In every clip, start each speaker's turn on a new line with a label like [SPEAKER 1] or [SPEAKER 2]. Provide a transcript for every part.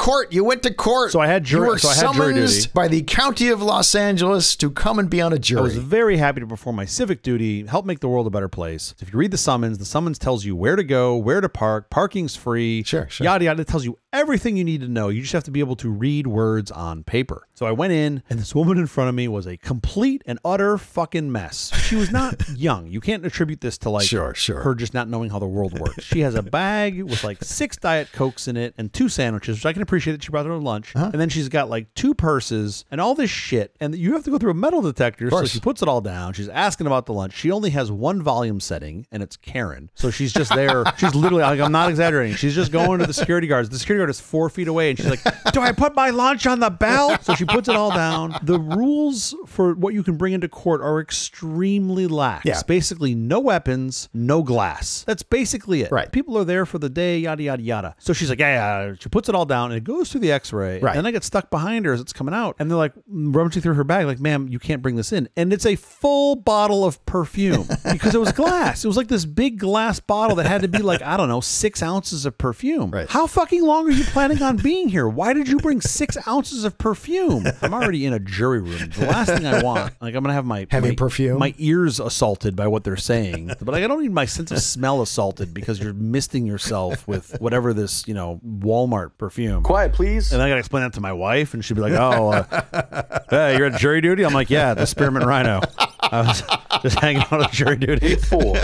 [SPEAKER 1] court. You went to court.
[SPEAKER 2] So I had jury-
[SPEAKER 1] You were
[SPEAKER 2] so I had jury
[SPEAKER 1] summoned
[SPEAKER 2] duty.
[SPEAKER 1] by the county of Los Angeles to come and be on a
[SPEAKER 2] I was
[SPEAKER 1] jury.
[SPEAKER 2] very happy to perform my civic duty, help make the world a better place. If you read the summons, the summons tells you where to go, where to park, parking's free,
[SPEAKER 1] Sure, sure.
[SPEAKER 2] yada yada. It tells you everything you need to know. You just have to be able to read words on paper. So I went in, and this woman in front of me was a complete and utter fucking mess. She was not young. You can't attribute this to like
[SPEAKER 1] Sure, sure.
[SPEAKER 2] her just not knowing how the world works. She has a bag with like six diet cokes in it and two sandwiches, which I can appreciate that she brought her own lunch.
[SPEAKER 1] Uh-huh.
[SPEAKER 2] And then she's got like two purses and all this shit. And you have to go through a metal detector. So
[SPEAKER 1] course.
[SPEAKER 2] she puts it all down. She's asking about the lunch. She only has one volume setting, and it's Karen. So she's just there. she's literally like, I'm not exaggerating. She's just going to the security guards. The security guard is four feet away, and she's like, Do I put my lunch on the bell? So she puts it all down. The rules for what you can bring into court are extremely lax.
[SPEAKER 1] Yeah.
[SPEAKER 2] Basically, no weapons, no glass. That's basically it.
[SPEAKER 1] Right.
[SPEAKER 2] People are there for the day, yada yada yada. So she's like, yeah, yeah. She puts it all down, and it goes through the X-ray.
[SPEAKER 1] Right.
[SPEAKER 2] And I get stuck behind her as it's coming out, and they're like rummaging through her bag, like, "Ma'am, you can't bring this in." And it's a full bottle of perfume because it was glass. It was like this big glass bottle that had to be like I don't know six ounces of perfume.
[SPEAKER 1] Right.
[SPEAKER 2] How fucking long are you planning on being here? Why did you bring six ounces of perfume? I'm already in a jury room. The last thing I want, like, I'm gonna have my
[SPEAKER 1] Heavy
[SPEAKER 2] my-
[SPEAKER 1] perfume?
[SPEAKER 2] my ears assaulted by what they're saying, but like, I don't need my sense of smell assaulted because you're misting yourself with whatever this you know Walmart perfume.
[SPEAKER 3] Quiet, please.
[SPEAKER 2] And I got to explain that to my wife, and she'd be like, "Oh, uh, hey, you're at jury duty." I'm like, "Yeah, the spearmint rhino." I was just hanging out at jury duty.
[SPEAKER 3] Four,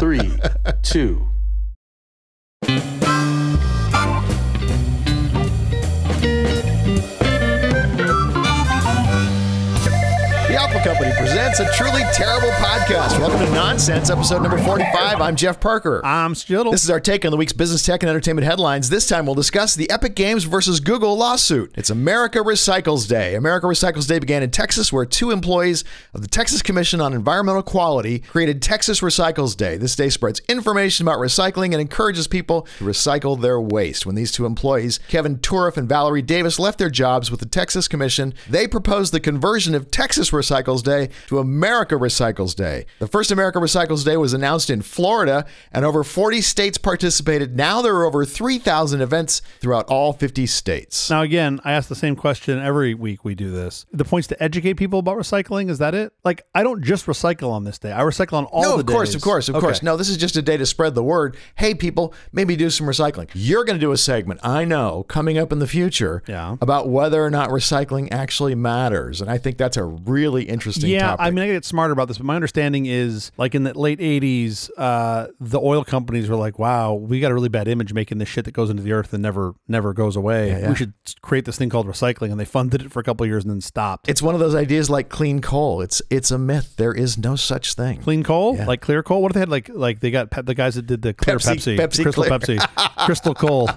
[SPEAKER 3] three, two.
[SPEAKER 1] The Apple Company presents a truly terrible podcast. Welcome to Nonsense, episode number 45. I'm Jeff Parker.
[SPEAKER 2] I'm Skittle.
[SPEAKER 1] This is our take on the week's business, tech, and entertainment headlines. This time we'll discuss the Epic Games versus Google lawsuit. It's America Recycles Day. America Recycles Day began in Texas, where two employees of the Texas Commission on Environmental Quality created Texas Recycles Day. This day spreads information about recycling and encourages people to recycle their waste. When these two employees, Kevin Turiff and Valerie Davis, left their jobs with the Texas Commission, they proposed the conversion of Texas Recycles Day to America Recycles Day. The first America Recycles Day was announced in Florida, and over 40 states participated. Now there are over 3,000 events throughout all 50 states.
[SPEAKER 2] now again, I ask the same question every week. We do this. The point's to educate people about recycling. Is that it? Like, I don't just recycle on this day. I recycle on all
[SPEAKER 1] no,
[SPEAKER 2] the
[SPEAKER 1] Oh, of course,
[SPEAKER 2] days.
[SPEAKER 1] of course, of
[SPEAKER 2] Okay.
[SPEAKER 1] course. No, this is just a day to spread the word. Hey, people, maybe do some recycling. You're going to do a segment, I know, coming up in the future
[SPEAKER 2] Yeah.
[SPEAKER 1] about whether or not recycling actually matters. And I think that's a really interesting
[SPEAKER 2] yeah,
[SPEAKER 1] topic.
[SPEAKER 2] I mean, I get smarter about this, but my understanding is like in the late 80s, uh, the oil companies were like, wow, we got a really bad image making this shit that goes into the earth and never never goes away. We should s- create this thing called recycling. And they funded it for a couple of years and then stopped.
[SPEAKER 1] It's one of those ideas like clean coal. It's it's a myth. There is no such thing.
[SPEAKER 2] Clean coal, like clear coal. What if they had like like they got pe- the guys that did the clear
[SPEAKER 1] Pepsi-
[SPEAKER 2] Pepsi,
[SPEAKER 1] Pepsi
[SPEAKER 2] crystal
[SPEAKER 1] Clear.
[SPEAKER 2] Pepsi, crystal coal,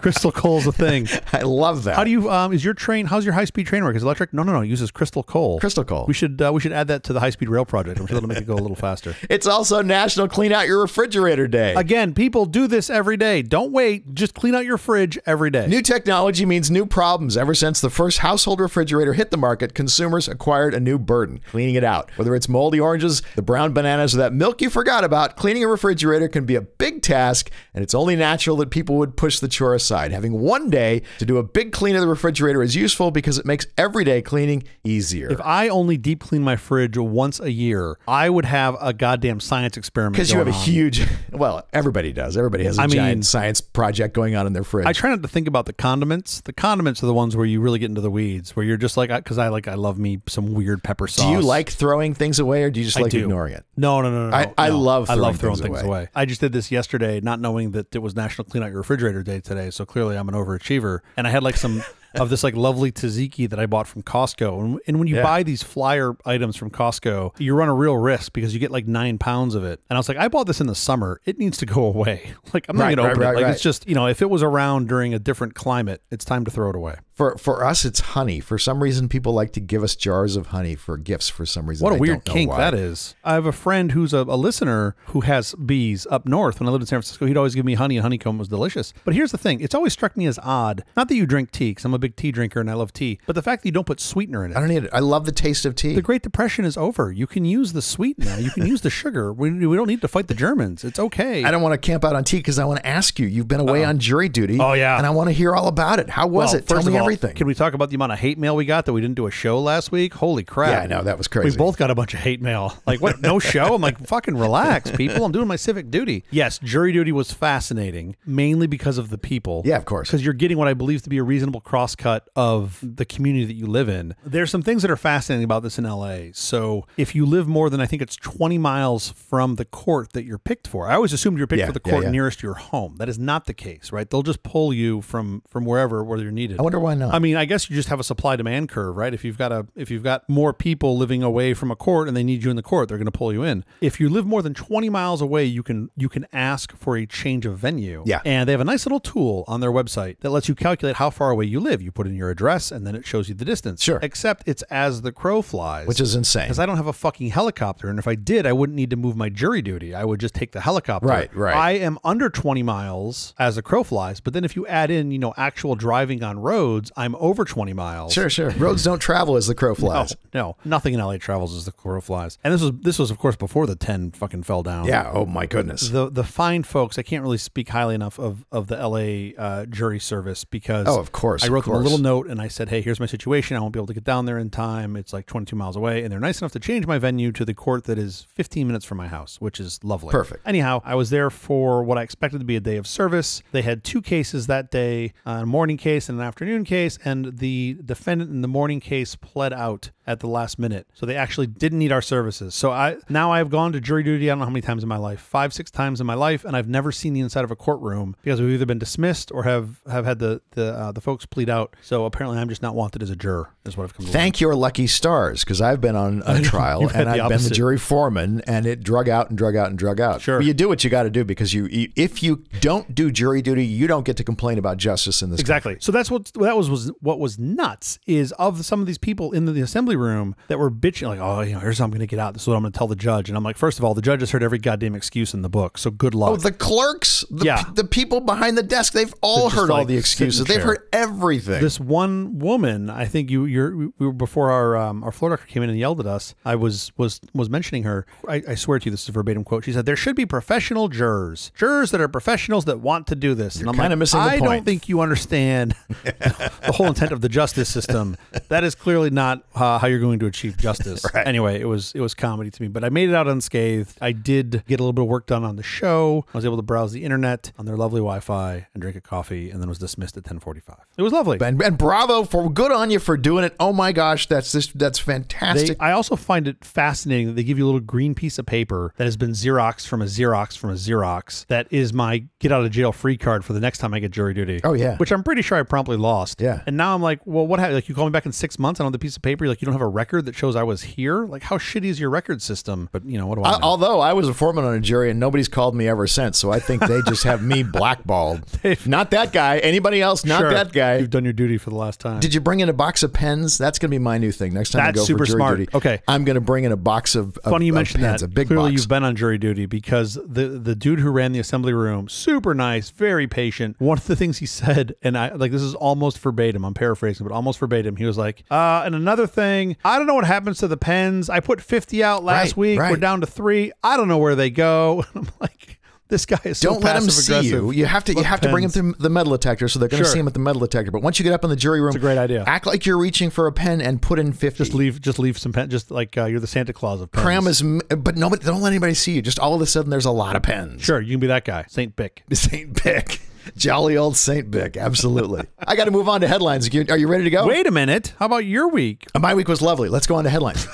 [SPEAKER 2] crystal coal's a thing.
[SPEAKER 1] I love that.
[SPEAKER 2] How do you um? Is your train? How's your high speed train work? Is it electric? No, no, no. It uses crystal coal.
[SPEAKER 1] Crystal coal.
[SPEAKER 2] We should uh, we should add that to the high speed rail project. I'm sure that'll make it go a little faster.
[SPEAKER 1] it's also National Clean Out Your Refrigerator Day.
[SPEAKER 2] Again, people do this every day. Don't wait. Just clean out your fridge every day.
[SPEAKER 1] New technology means new problems. Ever since the first household refrigerator hit the market, consumers acquired a new burden cleaning it out. Whether it's moldy oranges, the brown bananas, or that milk you forgot about, cleaning a refrigerator can be a big task, and it's only natural that people would push the chore aside. Having one day to do a big clean of the refrigerator is useful because it makes everyday cleaning easier.
[SPEAKER 2] if I only deep clean my fridge once a year, I would have a goddamn science experiment.
[SPEAKER 1] Because you have
[SPEAKER 2] going
[SPEAKER 1] a
[SPEAKER 2] on.
[SPEAKER 1] huge, well, everybody does. Everybody has a
[SPEAKER 2] I mean-
[SPEAKER 1] giant science project going on in their fridge.
[SPEAKER 2] I try not to think about the condiments. The condiments are the ones where you really get into the weeds, where you're just like, because I like, I love me some weird pepper sauce.
[SPEAKER 1] do you like throwing things away or do you just
[SPEAKER 2] I
[SPEAKER 1] like
[SPEAKER 2] do.
[SPEAKER 1] ignoring it?
[SPEAKER 2] No, no, no, no.
[SPEAKER 1] I-
[SPEAKER 2] no.
[SPEAKER 1] I love
[SPEAKER 2] I love
[SPEAKER 1] throwing
[SPEAKER 2] throwing
[SPEAKER 1] things
[SPEAKER 2] things,
[SPEAKER 1] away.
[SPEAKER 2] away. I just did this yesterday, not knowing that it was National Clean Out Your Refrigerator Day today. So clearly, I'm an overachiever, and I had like some of this like lovely tzatziki that I bought from Costco. And, and when you buy these flyer items from Costco, you run a real risk because you get like nine pounds of it. And I was like, I bought this in the summer. It needs to go away. Like I'm not
[SPEAKER 1] Right,
[SPEAKER 2] gonna
[SPEAKER 1] right,
[SPEAKER 2] open
[SPEAKER 1] right,
[SPEAKER 2] it. Like
[SPEAKER 1] right.
[SPEAKER 2] it's just you know, if it was around during a different climate, it's time to throw it away.
[SPEAKER 1] For for us, it's honey. For some reason, people like to give us jars of honey for gifts. For some reason,
[SPEAKER 2] What a
[SPEAKER 1] I
[SPEAKER 2] weird
[SPEAKER 1] don't know
[SPEAKER 2] kink
[SPEAKER 1] why.
[SPEAKER 2] that is. I have a friend who's a, a listener who has bees up north. When I lived in San Francisco, he'd always give me honey, and honeycomb was delicious. But here's the thing it's always struck me as odd. Not that you drink tea, because I'm a big tea drinker and I love tea, but the fact that you don't put sweetener in
[SPEAKER 1] I
[SPEAKER 2] it.
[SPEAKER 1] don't need it. I love the taste of tea.
[SPEAKER 2] The Great Depression is over. You can use the sweet now. You can use the sugar. We, we don't need to fight the Germans. It's okay.
[SPEAKER 1] I don't want to camp out on tea because I want to ask you. You've been away on jury duty.
[SPEAKER 2] Oh, yeah.
[SPEAKER 1] and I want to hear all about it. How was
[SPEAKER 2] Well,
[SPEAKER 1] it? Tell
[SPEAKER 2] first
[SPEAKER 1] me
[SPEAKER 2] of all,
[SPEAKER 1] everything.
[SPEAKER 2] Can we talk about the amount of hate mail we got that we didn't do a show last week? Holy crap.
[SPEAKER 1] Yeah, I know, that was crazy.
[SPEAKER 2] We both got a bunch of hate mail. Like, what? No show? I'm like, fucking relax, people. I'm doing my civic duty. Yes, jury duty was fascinating, mainly because of the people.
[SPEAKER 1] Yeah, of course.
[SPEAKER 2] Because you're getting what I believe to be a reasonable crosscut of the community that you live in. There's some things that are fascinating about this in LA. So if you live more than I think it's 20 miles from the court that you're picked for, I always assumed you're picked
[SPEAKER 1] Yeah,
[SPEAKER 2] for the
[SPEAKER 1] yeah,
[SPEAKER 2] court
[SPEAKER 1] yeah.
[SPEAKER 2] nearest to your home. That is not the case, right? They'll just pull you from from wherever whether you're needed.
[SPEAKER 1] I wonder why not.
[SPEAKER 2] I mean, I guess you just have a supply demand curve, right? If you've got a if you've got more people living away from a court and they need you in the court, they're going to pull you in. If you live more than 20 miles away, you can you can ask for a change of venue.
[SPEAKER 1] Yeah.
[SPEAKER 2] And they have a nice little tool on their website that lets you calculate how far away you live. You put in your address and then it shows you the distance.
[SPEAKER 1] Sure.
[SPEAKER 2] Except it's as the crow flies.
[SPEAKER 1] Which is insane.
[SPEAKER 2] Because I don't have a fucking helicopter, and if I did, I wouldn't need to move my jury duty. I would just take the helicopter.
[SPEAKER 1] Right, right.
[SPEAKER 2] I am under 20 miles as the crow flies, but then if you add in, you know, actual driving on roads, I'm over 20 miles.
[SPEAKER 1] Sure, sure. Roads don't travel as the crow
[SPEAKER 2] No,
[SPEAKER 1] flies.
[SPEAKER 2] no, nothing in LA travels as the crow flies. And this was this was of course before the 10 fucking fell down.
[SPEAKER 1] Yeah. Oh my goodness.
[SPEAKER 2] The the fine folks, I can't really speak highly enough of of the LA uh, jury service because
[SPEAKER 1] Oh, of course,
[SPEAKER 2] I
[SPEAKER 1] of
[SPEAKER 2] wrote them a
[SPEAKER 1] course.
[SPEAKER 2] little note and I said, hey, here's my situation. I won't be able to get down there in time. It's like 22 miles away, and they're nice enough to change my venue to the court that is 15 minutes from my house, which is lovely.
[SPEAKER 1] Perfect.
[SPEAKER 2] Anyhow, I was there for what I expected to be a day of service. They had two cases that day: uh, a morning case and an afternoon case, and the defendant in the morning case pled out at the last minute, so they actually didn't need our services. So I now I have gone to jury duty. I don't know how many times in my life, five, six times in my life, and I've never seen the inside of a courtroom because we've either been dismissed or have have had the the uh, the folks plead out. So apparently, I'm just not wanted as a juror. Is what I've come to. learn.
[SPEAKER 1] Thank your lucky stars, because I've been on a trial
[SPEAKER 2] You've had
[SPEAKER 1] and
[SPEAKER 2] the
[SPEAKER 1] I've been the
[SPEAKER 2] opposite.
[SPEAKER 1] jury foreman, and it drug out and drug out and drug out.
[SPEAKER 2] Sure.
[SPEAKER 1] But you do what you got to do because you, you, if you don't do jury duty, you don't get to complain about justice in this.
[SPEAKER 2] Exactly. So that's what that was, was what was nuts is of some of these people in the assembly room that were bitching like, oh, you know, here's how I'm going to get out. This is what I'm going to tell the judge. And I'm like, first of all, the judge has heard every goddamn excuse in the book. So good luck.
[SPEAKER 1] Oh, the clerks, the,
[SPEAKER 2] Yeah.
[SPEAKER 1] the people behind the desk, they've all
[SPEAKER 2] They're just
[SPEAKER 1] heard all
[SPEAKER 2] like,
[SPEAKER 1] the
[SPEAKER 2] sit in the
[SPEAKER 1] excuses. They've
[SPEAKER 2] chair.
[SPEAKER 1] heard everything.
[SPEAKER 2] this one woman, I think you, you're, we were before our um, our floor doctor came in and yelled at us. I was was was mentioning her. I, I swear to you, this is a verbatim quote. She said, "There should be professional jurors, jurors that are professionals that want to do this." and I'm
[SPEAKER 1] kinda
[SPEAKER 2] like,
[SPEAKER 1] missing the
[SPEAKER 2] I
[SPEAKER 1] point."
[SPEAKER 2] don't think you understand the whole intent of the justice system. That is clearly not uh, how you're going to achieve justice. Anyway, it was it was comedy to me, but I made it out unscathed. I did get a little bit of work done on the show. I was able to browse the internet on their lovely Wi-Fi and drink a coffee, and then was dismissed at 10:45. It was lovely.
[SPEAKER 1] and, and bravo for good on you for doing it. Oh my gosh, that's this that's
[SPEAKER 2] They,
[SPEAKER 1] fantastic.
[SPEAKER 2] I also find it fascinating that they give you a little green piece of paper that has been Xerox from a Xerox from a Xerox. That is my get out of jail free card for the next time I get jury duty.
[SPEAKER 1] Oh, yeah.
[SPEAKER 2] which I'm pretty sure I promptly lost.
[SPEAKER 1] Yeah.
[SPEAKER 2] and now I'm like, well, what happened? Like you call me back in six months, and on the piece of paper, you're like you don't have a record that shows I was here. Like how shitty is your record system? But you know what do I?
[SPEAKER 1] I-
[SPEAKER 2] know?
[SPEAKER 1] although I was a foreman on a jury and nobody's called me ever since, so I think they just have me blackballed. not that guy. Anybody else? Not
[SPEAKER 2] Sure.
[SPEAKER 1] that guy.
[SPEAKER 2] You've done your duty for the last time.
[SPEAKER 1] Did you bring in a box of pens? That's going to be my new thing next time I
[SPEAKER 2] That's
[SPEAKER 1] go
[SPEAKER 2] super
[SPEAKER 1] for jury
[SPEAKER 2] smart.
[SPEAKER 1] duty.
[SPEAKER 2] Okay.
[SPEAKER 1] I'm going to bring in a box of, of
[SPEAKER 2] funny you
[SPEAKER 1] of
[SPEAKER 2] mentioned
[SPEAKER 1] pens,
[SPEAKER 2] that.
[SPEAKER 1] a big
[SPEAKER 2] Clearly,
[SPEAKER 1] box.
[SPEAKER 2] you've been on jury duty because the the dude who ran the assembly room, super nice, very patient. One of the things he said, and I like this is almost verbatim. I'm paraphrasing, but almost verbatim. He was like, uh, "And another thing, I don't know what happens to the pens. I put 50 out last
[SPEAKER 1] Right,
[SPEAKER 2] week. We're
[SPEAKER 1] right.
[SPEAKER 2] down to three. I don't know where they go." And I'm like, "This guy is so
[SPEAKER 1] Don't let them see
[SPEAKER 2] passive-aggressive.
[SPEAKER 1] you. You have to. You
[SPEAKER 2] Love
[SPEAKER 1] have to bring them
[SPEAKER 2] pens.
[SPEAKER 1] through the metal detector, so they're going to
[SPEAKER 2] Sure.
[SPEAKER 1] see him at the metal detector. But once you get up in the jury room, it's
[SPEAKER 2] a great idea.
[SPEAKER 1] Act like you're reaching for a pen and put in fifty.
[SPEAKER 2] Just leave, just leave some pen. Just like uh, you're the Santa Claus of pens.
[SPEAKER 1] Cram as, m- but nobody. Don't let anybody see you. Just all of a sudden, there's a lot of pens.
[SPEAKER 2] Sure, you can be that guy, Saint Bick.
[SPEAKER 1] Saint Bick, jolly old Saint Bick. Absolutely. I got to move on to headlines. You- Are you ready to go?
[SPEAKER 2] Wait a minute. How about your week?
[SPEAKER 1] My week was lovely. Let's go on to headlines.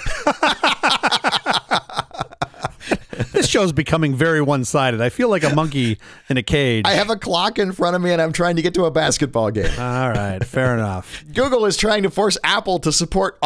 [SPEAKER 2] This show's becoming very one sided. I feel like a monkey in a cage.
[SPEAKER 1] I have a clock in front of me and I'm trying to get to a basketball game.
[SPEAKER 2] All right, fair enough.
[SPEAKER 1] Google is trying to force Apple to support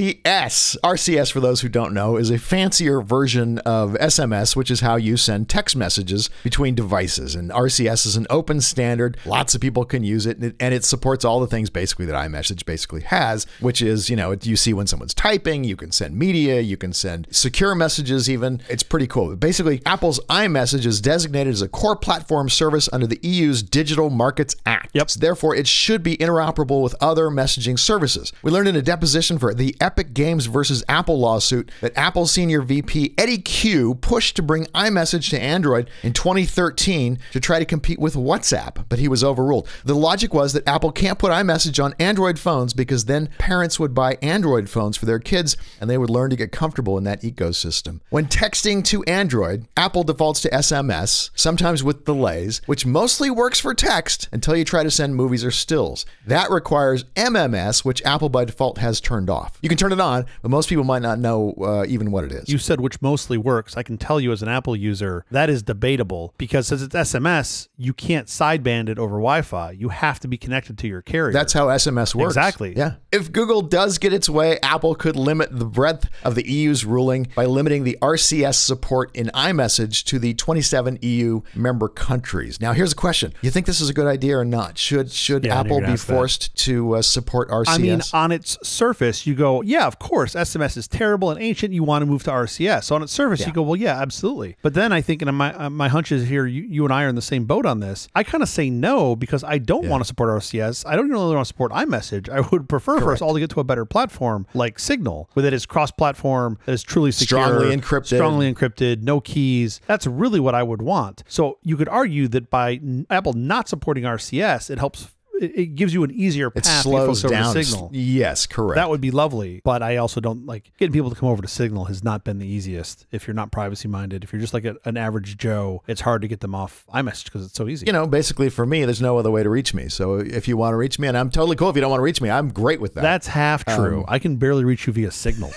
[SPEAKER 1] RCS. RCS, for those who don't know, is a fancier version of SMS, which is how you send text messages between devices. And RCS is an open standard. Lots of people can use it, and it, and it supports all the things basically that iMessage basically has, which is, you know, it, you see when someone's typing, you can send media, you can send secure messages, even. It's pretty cool. Basically, Apple's iMessage is designated as a core platform service under the EU's Digital Markets Act.
[SPEAKER 2] Yep.
[SPEAKER 1] Therefore, it should be interoperable with other messaging services. We learned in a deposition for the Epic Games versus Apple lawsuit that Apple senior VP Eddie Q pushed to bring iMessage to Android in 2013 to try to compete with WhatsApp, but he was overruled. The logic was that Apple can't put iMessage on Android phones because then parents would buy Android phones for their kids and they would learn to get comfortable in that ecosystem. When texting to Android, Apple defaults to SMS, sometimes with delays, which mostly works for text until you try to send movies or stills. That requires MMS, which Apple by default has turned off. You can turn it on, but most people might not know uh, even what it is.
[SPEAKER 2] You said which mostly works. I can tell you as an Apple user, that is debatable because since it's SMS, you can't sideband it over Wi Fi. You have to be connected to your carrier.
[SPEAKER 1] That's how SMS works.
[SPEAKER 2] Exactly.
[SPEAKER 1] Yeah. If Google does get its way, Apple could limit the breadth of the EU's ruling by limiting the RCS support in iMessage to the 27 EU member countries. Now, here's a question: You think this is a good idea or not? Should should
[SPEAKER 2] I knew you
[SPEAKER 1] Apple
[SPEAKER 2] were gonna
[SPEAKER 1] be
[SPEAKER 2] ask that.
[SPEAKER 1] forced to uh, support RCS?
[SPEAKER 2] I mean, on its surface, you go, yeah, of course, SMS is terrible and ancient. You want to move to RCS. So on its surface, you go, well, yeah, absolutely. But then I think, and my uh, my hunch is here, you, you and I are in the same boat on this. I kind of say no because I don't want to support RCS. I don't even really want to support iMessage. I would prefer for us all to get to a better platform like Signal, where that is cross-platform, that is truly secure,
[SPEAKER 1] Strongly encrypted.
[SPEAKER 2] strongly encrypted, no keys. That's really what I would want. So you could argue that by n- Apple not supporting RCS, it helps. It it gives you an easier
[SPEAKER 1] it
[SPEAKER 2] path to get
[SPEAKER 1] slows
[SPEAKER 2] folks over to
[SPEAKER 1] down.
[SPEAKER 2] Signal.
[SPEAKER 1] Yes, correct.
[SPEAKER 2] That would be lovely, but I also don't like getting people to come over to Signal has not been the easiest. If you're not privacy minded, if you're just like a, an average Joe, it's hard to get them off iMessage because it's so easy.
[SPEAKER 1] you know, basically for me, there's no other way to reach me. So if you want to reach me, and I'm totally cool if you don't want to reach me, I'm great with that.
[SPEAKER 2] That's half
[SPEAKER 1] um,
[SPEAKER 2] true. I can barely reach you via Signal.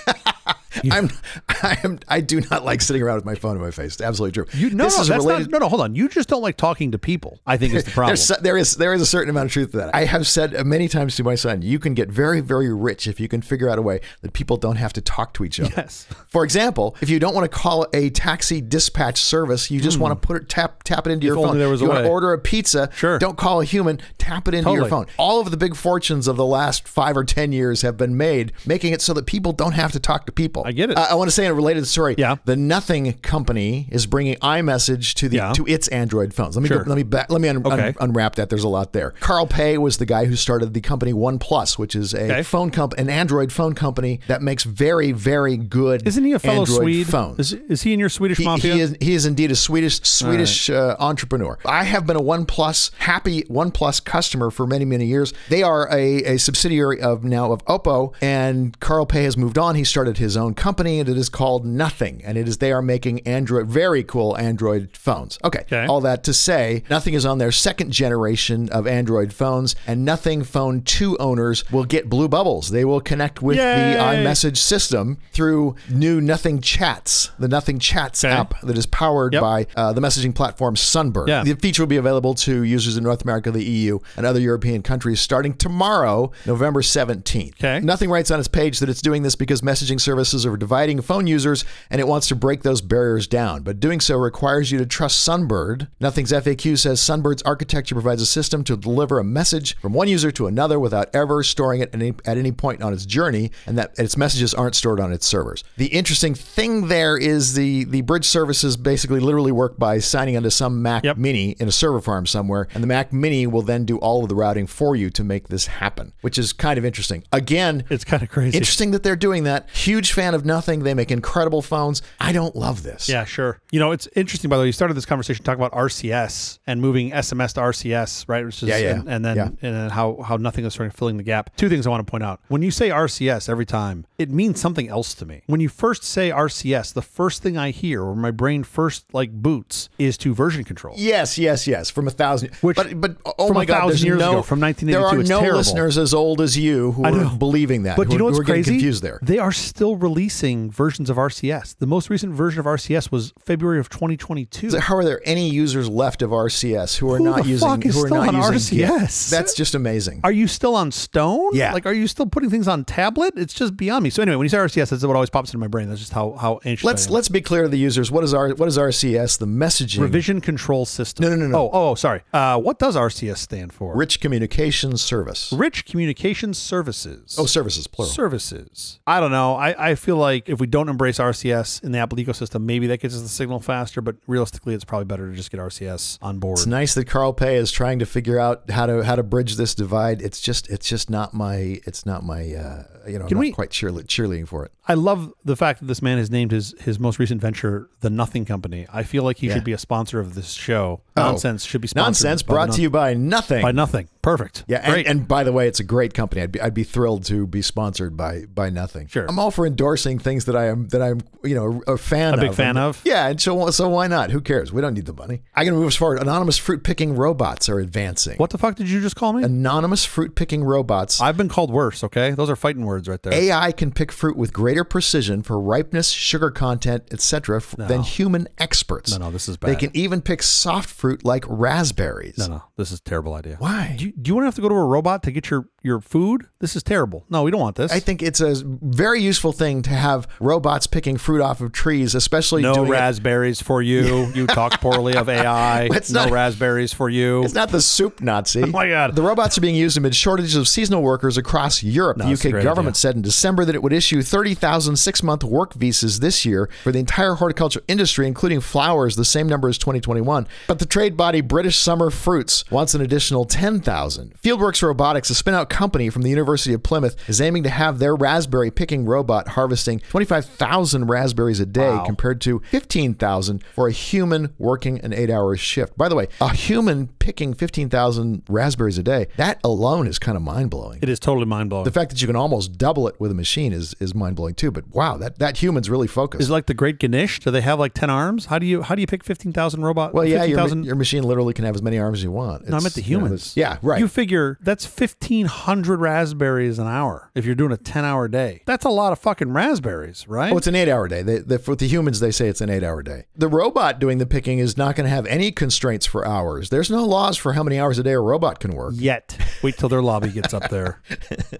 [SPEAKER 1] I'm, I'm, I do not like sitting around with my phone in my face. Absolutely true.
[SPEAKER 2] You no,
[SPEAKER 1] this
[SPEAKER 2] no,
[SPEAKER 1] is
[SPEAKER 2] that's
[SPEAKER 1] related.
[SPEAKER 2] not, no, no. Hold on. You just don't like talking to people. I think is the problem.
[SPEAKER 1] There's, so- there is there is a certain amount of truth to that. I have said many times to my son, you can get very very rich if you can figure out a way that people don't have to talk to each other.
[SPEAKER 2] Yes.
[SPEAKER 1] For example, if you don't want to call a taxi dispatch service, you just want to put it tap tap it into your
[SPEAKER 2] Hmm. only
[SPEAKER 1] phone.
[SPEAKER 2] there was
[SPEAKER 1] you
[SPEAKER 2] a
[SPEAKER 1] want to
[SPEAKER 2] way.
[SPEAKER 1] order a pizza.
[SPEAKER 2] Sure.
[SPEAKER 1] Don't call a human. Tap it into your phone.
[SPEAKER 2] Totally.
[SPEAKER 1] All of the big fortunes of the last five or ten years have been made, making it so that people don't have to talk to people. I
[SPEAKER 2] get it.
[SPEAKER 1] I want to say in a related story.
[SPEAKER 2] Yeah.
[SPEAKER 1] The Nothing Company is bringing iMessage to the
[SPEAKER 2] Yeah.
[SPEAKER 1] to its Android phones. Let me go,
[SPEAKER 2] Sure.
[SPEAKER 1] let me back, let me un- un-
[SPEAKER 2] Okay.
[SPEAKER 1] unwrap that. There's a lot there. Carl Pei was the guy who started the company OnePlus, which is a
[SPEAKER 2] Okay.
[SPEAKER 1] phone comp, an Android phone company that makes very, very good.
[SPEAKER 2] Isn't he a fellow
[SPEAKER 1] Android
[SPEAKER 2] Swede?
[SPEAKER 1] Phones.
[SPEAKER 2] Is, is he in your Swedish
[SPEAKER 1] He-
[SPEAKER 2] mafia?
[SPEAKER 1] He is, he is indeed a Swedish Swedish uh, entrepreneur. I have been a OnePlus happy OnePlus customer for many many years. They are a, a subsidiary of now of Oppo, and Carl Pei has moved on. He started his own company, and it is called Nothing, and it is they are making Android very cool Android phones. Okay,
[SPEAKER 2] Okay.
[SPEAKER 1] all that to say, Nothing is on their second generation of Android phones, and Nothing Phone Two owners will get blue bubbles. They will connect with
[SPEAKER 2] Yay.
[SPEAKER 1] the iMessage message system through new Nothing Chats, the Nothing Chats app that is powered
[SPEAKER 2] Yep.
[SPEAKER 1] by uh, the messaging platform Sunbird.
[SPEAKER 2] Yeah.
[SPEAKER 1] The feature will be available to users in North America, the EU, and other European countries starting tomorrow, November 17th.
[SPEAKER 2] Okay.
[SPEAKER 1] Nothing writes on its page that it's doing this because messaging services are dividing phone users and it wants to break those barriers down. But doing so requires you to trust Sunbird. Nothing's FAQ says Sunbird's architecture provides a system to deliver a message from one user to another without ever storing it at any, at any point on its journey, and that its messages aren't stored on its servers. The interesting thing there is the the bridge services basically literally work by signing onto some Mac
[SPEAKER 2] Yep.
[SPEAKER 1] Mini in a server farm somewhere, and the Mac Mini will then do all of the routing for you to make this happen, which is kind of interesting. Again,
[SPEAKER 2] it's kind of crazy.
[SPEAKER 1] Interesting that they're doing that. Huge fan of nothing. They make incredible phones. I don't love this.
[SPEAKER 2] Yeah, sure. You know, it's interesting, by the way. You started this conversation talking about RCS and moving SMS to RCS, right? Which is,
[SPEAKER 1] Yeah, yeah.
[SPEAKER 2] And, and then
[SPEAKER 1] Yeah.
[SPEAKER 2] and then how how nothing is sort of filling the gap. Two things I want to point out. When you say RCS every time, it means something else to me. When you first say RCS, the first thing I hear, or my brain first like boots, is to version control.
[SPEAKER 1] Yes, yes, yes. From a thousand.
[SPEAKER 2] Which-
[SPEAKER 1] but but oh
[SPEAKER 2] from
[SPEAKER 1] my
[SPEAKER 2] a
[SPEAKER 1] god,
[SPEAKER 2] thousand
[SPEAKER 1] there's
[SPEAKER 2] years
[SPEAKER 1] no
[SPEAKER 2] ago, from 1982,
[SPEAKER 1] There are
[SPEAKER 2] it's
[SPEAKER 1] no
[SPEAKER 2] terrible.
[SPEAKER 1] listeners as old as you who
[SPEAKER 2] I know.
[SPEAKER 1] are believing that.
[SPEAKER 2] But
[SPEAKER 1] who,
[SPEAKER 2] do you know
[SPEAKER 1] are-
[SPEAKER 2] what's
[SPEAKER 1] who are getting
[SPEAKER 2] crazy?
[SPEAKER 1] Confused there.
[SPEAKER 2] They are still releasing versions versions of RCS. The most recent version of RCS was February of 2022.
[SPEAKER 1] So How are there any users left of RCS who are
[SPEAKER 2] Who
[SPEAKER 1] not
[SPEAKER 2] the
[SPEAKER 1] using
[SPEAKER 2] fuck is
[SPEAKER 1] who are
[SPEAKER 2] still
[SPEAKER 1] not
[SPEAKER 2] on
[SPEAKER 1] using Git?
[SPEAKER 2] RCS?
[SPEAKER 1] That's just amazing.
[SPEAKER 2] Are you still on Stone?
[SPEAKER 1] Yeah.
[SPEAKER 2] Like, are you still putting things on tablet? It's just beyond me. So anyway, when you say RCS, that's what always pops into my brain. That's just how how anxious. I
[SPEAKER 1] Let's
[SPEAKER 2] am.
[SPEAKER 1] let's be clear to the users. What is our what is RCS? The messaging
[SPEAKER 2] revision control system.
[SPEAKER 1] No, no, no, no.
[SPEAKER 2] Oh, oh, sorry. Uh, what does RCS stand for?
[SPEAKER 1] rich communication service.
[SPEAKER 2] Rich Communication Services.
[SPEAKER 1] Oh, services plural.
[SPEAKER 2] services. I don't know. I, I feel like if we don't embrace RCS in the Apple ecosystem, maybe that gets us the signal faster. But realistically, it's probably better to just get RCS on board.
[SPEAKER 1] It's nice that Carl Pay is trying to figure out how to how to bridge this divide. It's just it's just not my it's not my uh, you know I'm
[SPEAKER 2] Can
[SPEAKER 1] not
[SPEAKER 2] we-
[SPEAKER 1] quite cheerle- cheerleading for it.
[SPEAKER 2] I love the fact that this man has named his his most recent venture the Nothing Company. I feel like he should be a sponsor of this show. Nonsense should be
[SPEAKER 1] Oh.
[SPEAKER 2] sponsored
[SPEAKER 1] Nonsense
[SPEAKER 2] by
[SPEAKER 1] brought
[SPEAKER 2] Noth-
[SPEAKER 1] to you by nothing.
[SPEAKER 2] by Nothing. Perfect.
[SPEAKER 1] yeah, and,
[SPEAKER 2] Great.
[SPEAKER 1] and by the way, it's a great company. I'd be I'd be thrilled to be sponsored by by nothing.
[SPEAKER 2] Sure.
[SPEAKER 1] I'm all for endorsing things that I am that I'm you know a fan
[SPEAKER 2] A big
[SPEAKER 1] of.
[SPEAKER 2] fan
[SPEAKER 1] And-
[SPEAKER 2] of?
[SPEAKER 1] Yeah, and so so why not? Who cares? We don't need the money. I can move as far. Anonymous fruit picking robots are advancing.
[SPEAKER 2] what the fuck did you just call me?
[SPEAKER 1] Anonymous fruit picking robots
[SPEAKER 2] I've been called worse. Okay, those are fighting words right there.
[SPEAKER 1] AI can pick fruit with greater precision for ripeness, sugar content, etc., f- than human experts.
[SPEAKER 2] No, no, this is
[SPEAKER 1] They
[SPEAKER 2] bad.
[SPEAKER 1] can even pick soft fruit like raspberries.
[SPEAKER 2] no, no, this is a terrible idea.
[SPEAKER 1] Why?
[SPEAKER 2] Do you, do you want to have to go to a robot to get your your food? This is terrible. No, we don't want this.
[SPEAKER 1] I think it's a very useful thing to have robots picking fruit off of trees, especially
[SPEAKER 2] no
[SPEAKER 1] doing it-
[SPEAKER 2] raspberries for you. You talk poorly of AI.
[SPEAKER 1] Let's
[SPEAKER 2] no
[SPEAKER 1] not-
[SPEAKER 2] raspberries for you.
[SPEAKER 1] It's not the soup Nazi. oh
[SPEAKER 2] my God.
[SPEAKER 1] The robots are being used amid shortages of seasonal workers across Europe. the
[SPEAKER 2] it's a
[SPEAKER 1] UK
[SPEAKER 2] great
[SPEAKER 1] government
[SPEAKER 2] idea.
[SPEAKER 1] said in December that it would issue 30,000 six month work visas this year for the entire horticulture industry, including flowers, the same number as 2021. But the trade body British Summer Fruits wants an additional 10,000. Fieldworks Robotics, a spin out company from the University of Plymouth, is aiming to have their raspberry picking robot harvesting 25,000 raspberries a day compared to 15,000 for a human working an eight hour shift. By the way, a human picking 15,000 raspberries a day, that alone is kind of mind blowing.
[SPEAKER 2] It is totally mind blowing.
[SPEAKER 1] The fact that you can almost double it with a machine is, is mind blowing too. But wow, that, that human's really focused.
[SPEAKER 2] Is it like the Great Ganesh? Do they have like ten arms? How do you how do you pick fifteen thousand robots?
[SPEAKER 1] well, yeah, your, ma-
[SPEAKER 2] 15,000
[SPEAKER 1] your machine literally can have as many arms as you want.
[SPEAKER 2] no, I
[SPEAKER 1] It's-
[SPEAKER 2] meant the
[SPEAKER 1] you know,
[SPEAKER 2] humans.
[SPEAKER 1] yeah, right.
[SPEAKER 2] You figure that's fifteen hundred raspberries an hour if you're doing a ten hour day. That's a lot of fucking raspberries, right?
[SPEAKER 1] Oh, it's an eight-hour day. They, they, with the humans, they say it's an eight-hour day. The robot doing the picking is not going to have any constraints for hours. There's no laws for how many hours a day a robot can work.
[SPEAKER 2] Yet, wait till their lobby gets up there.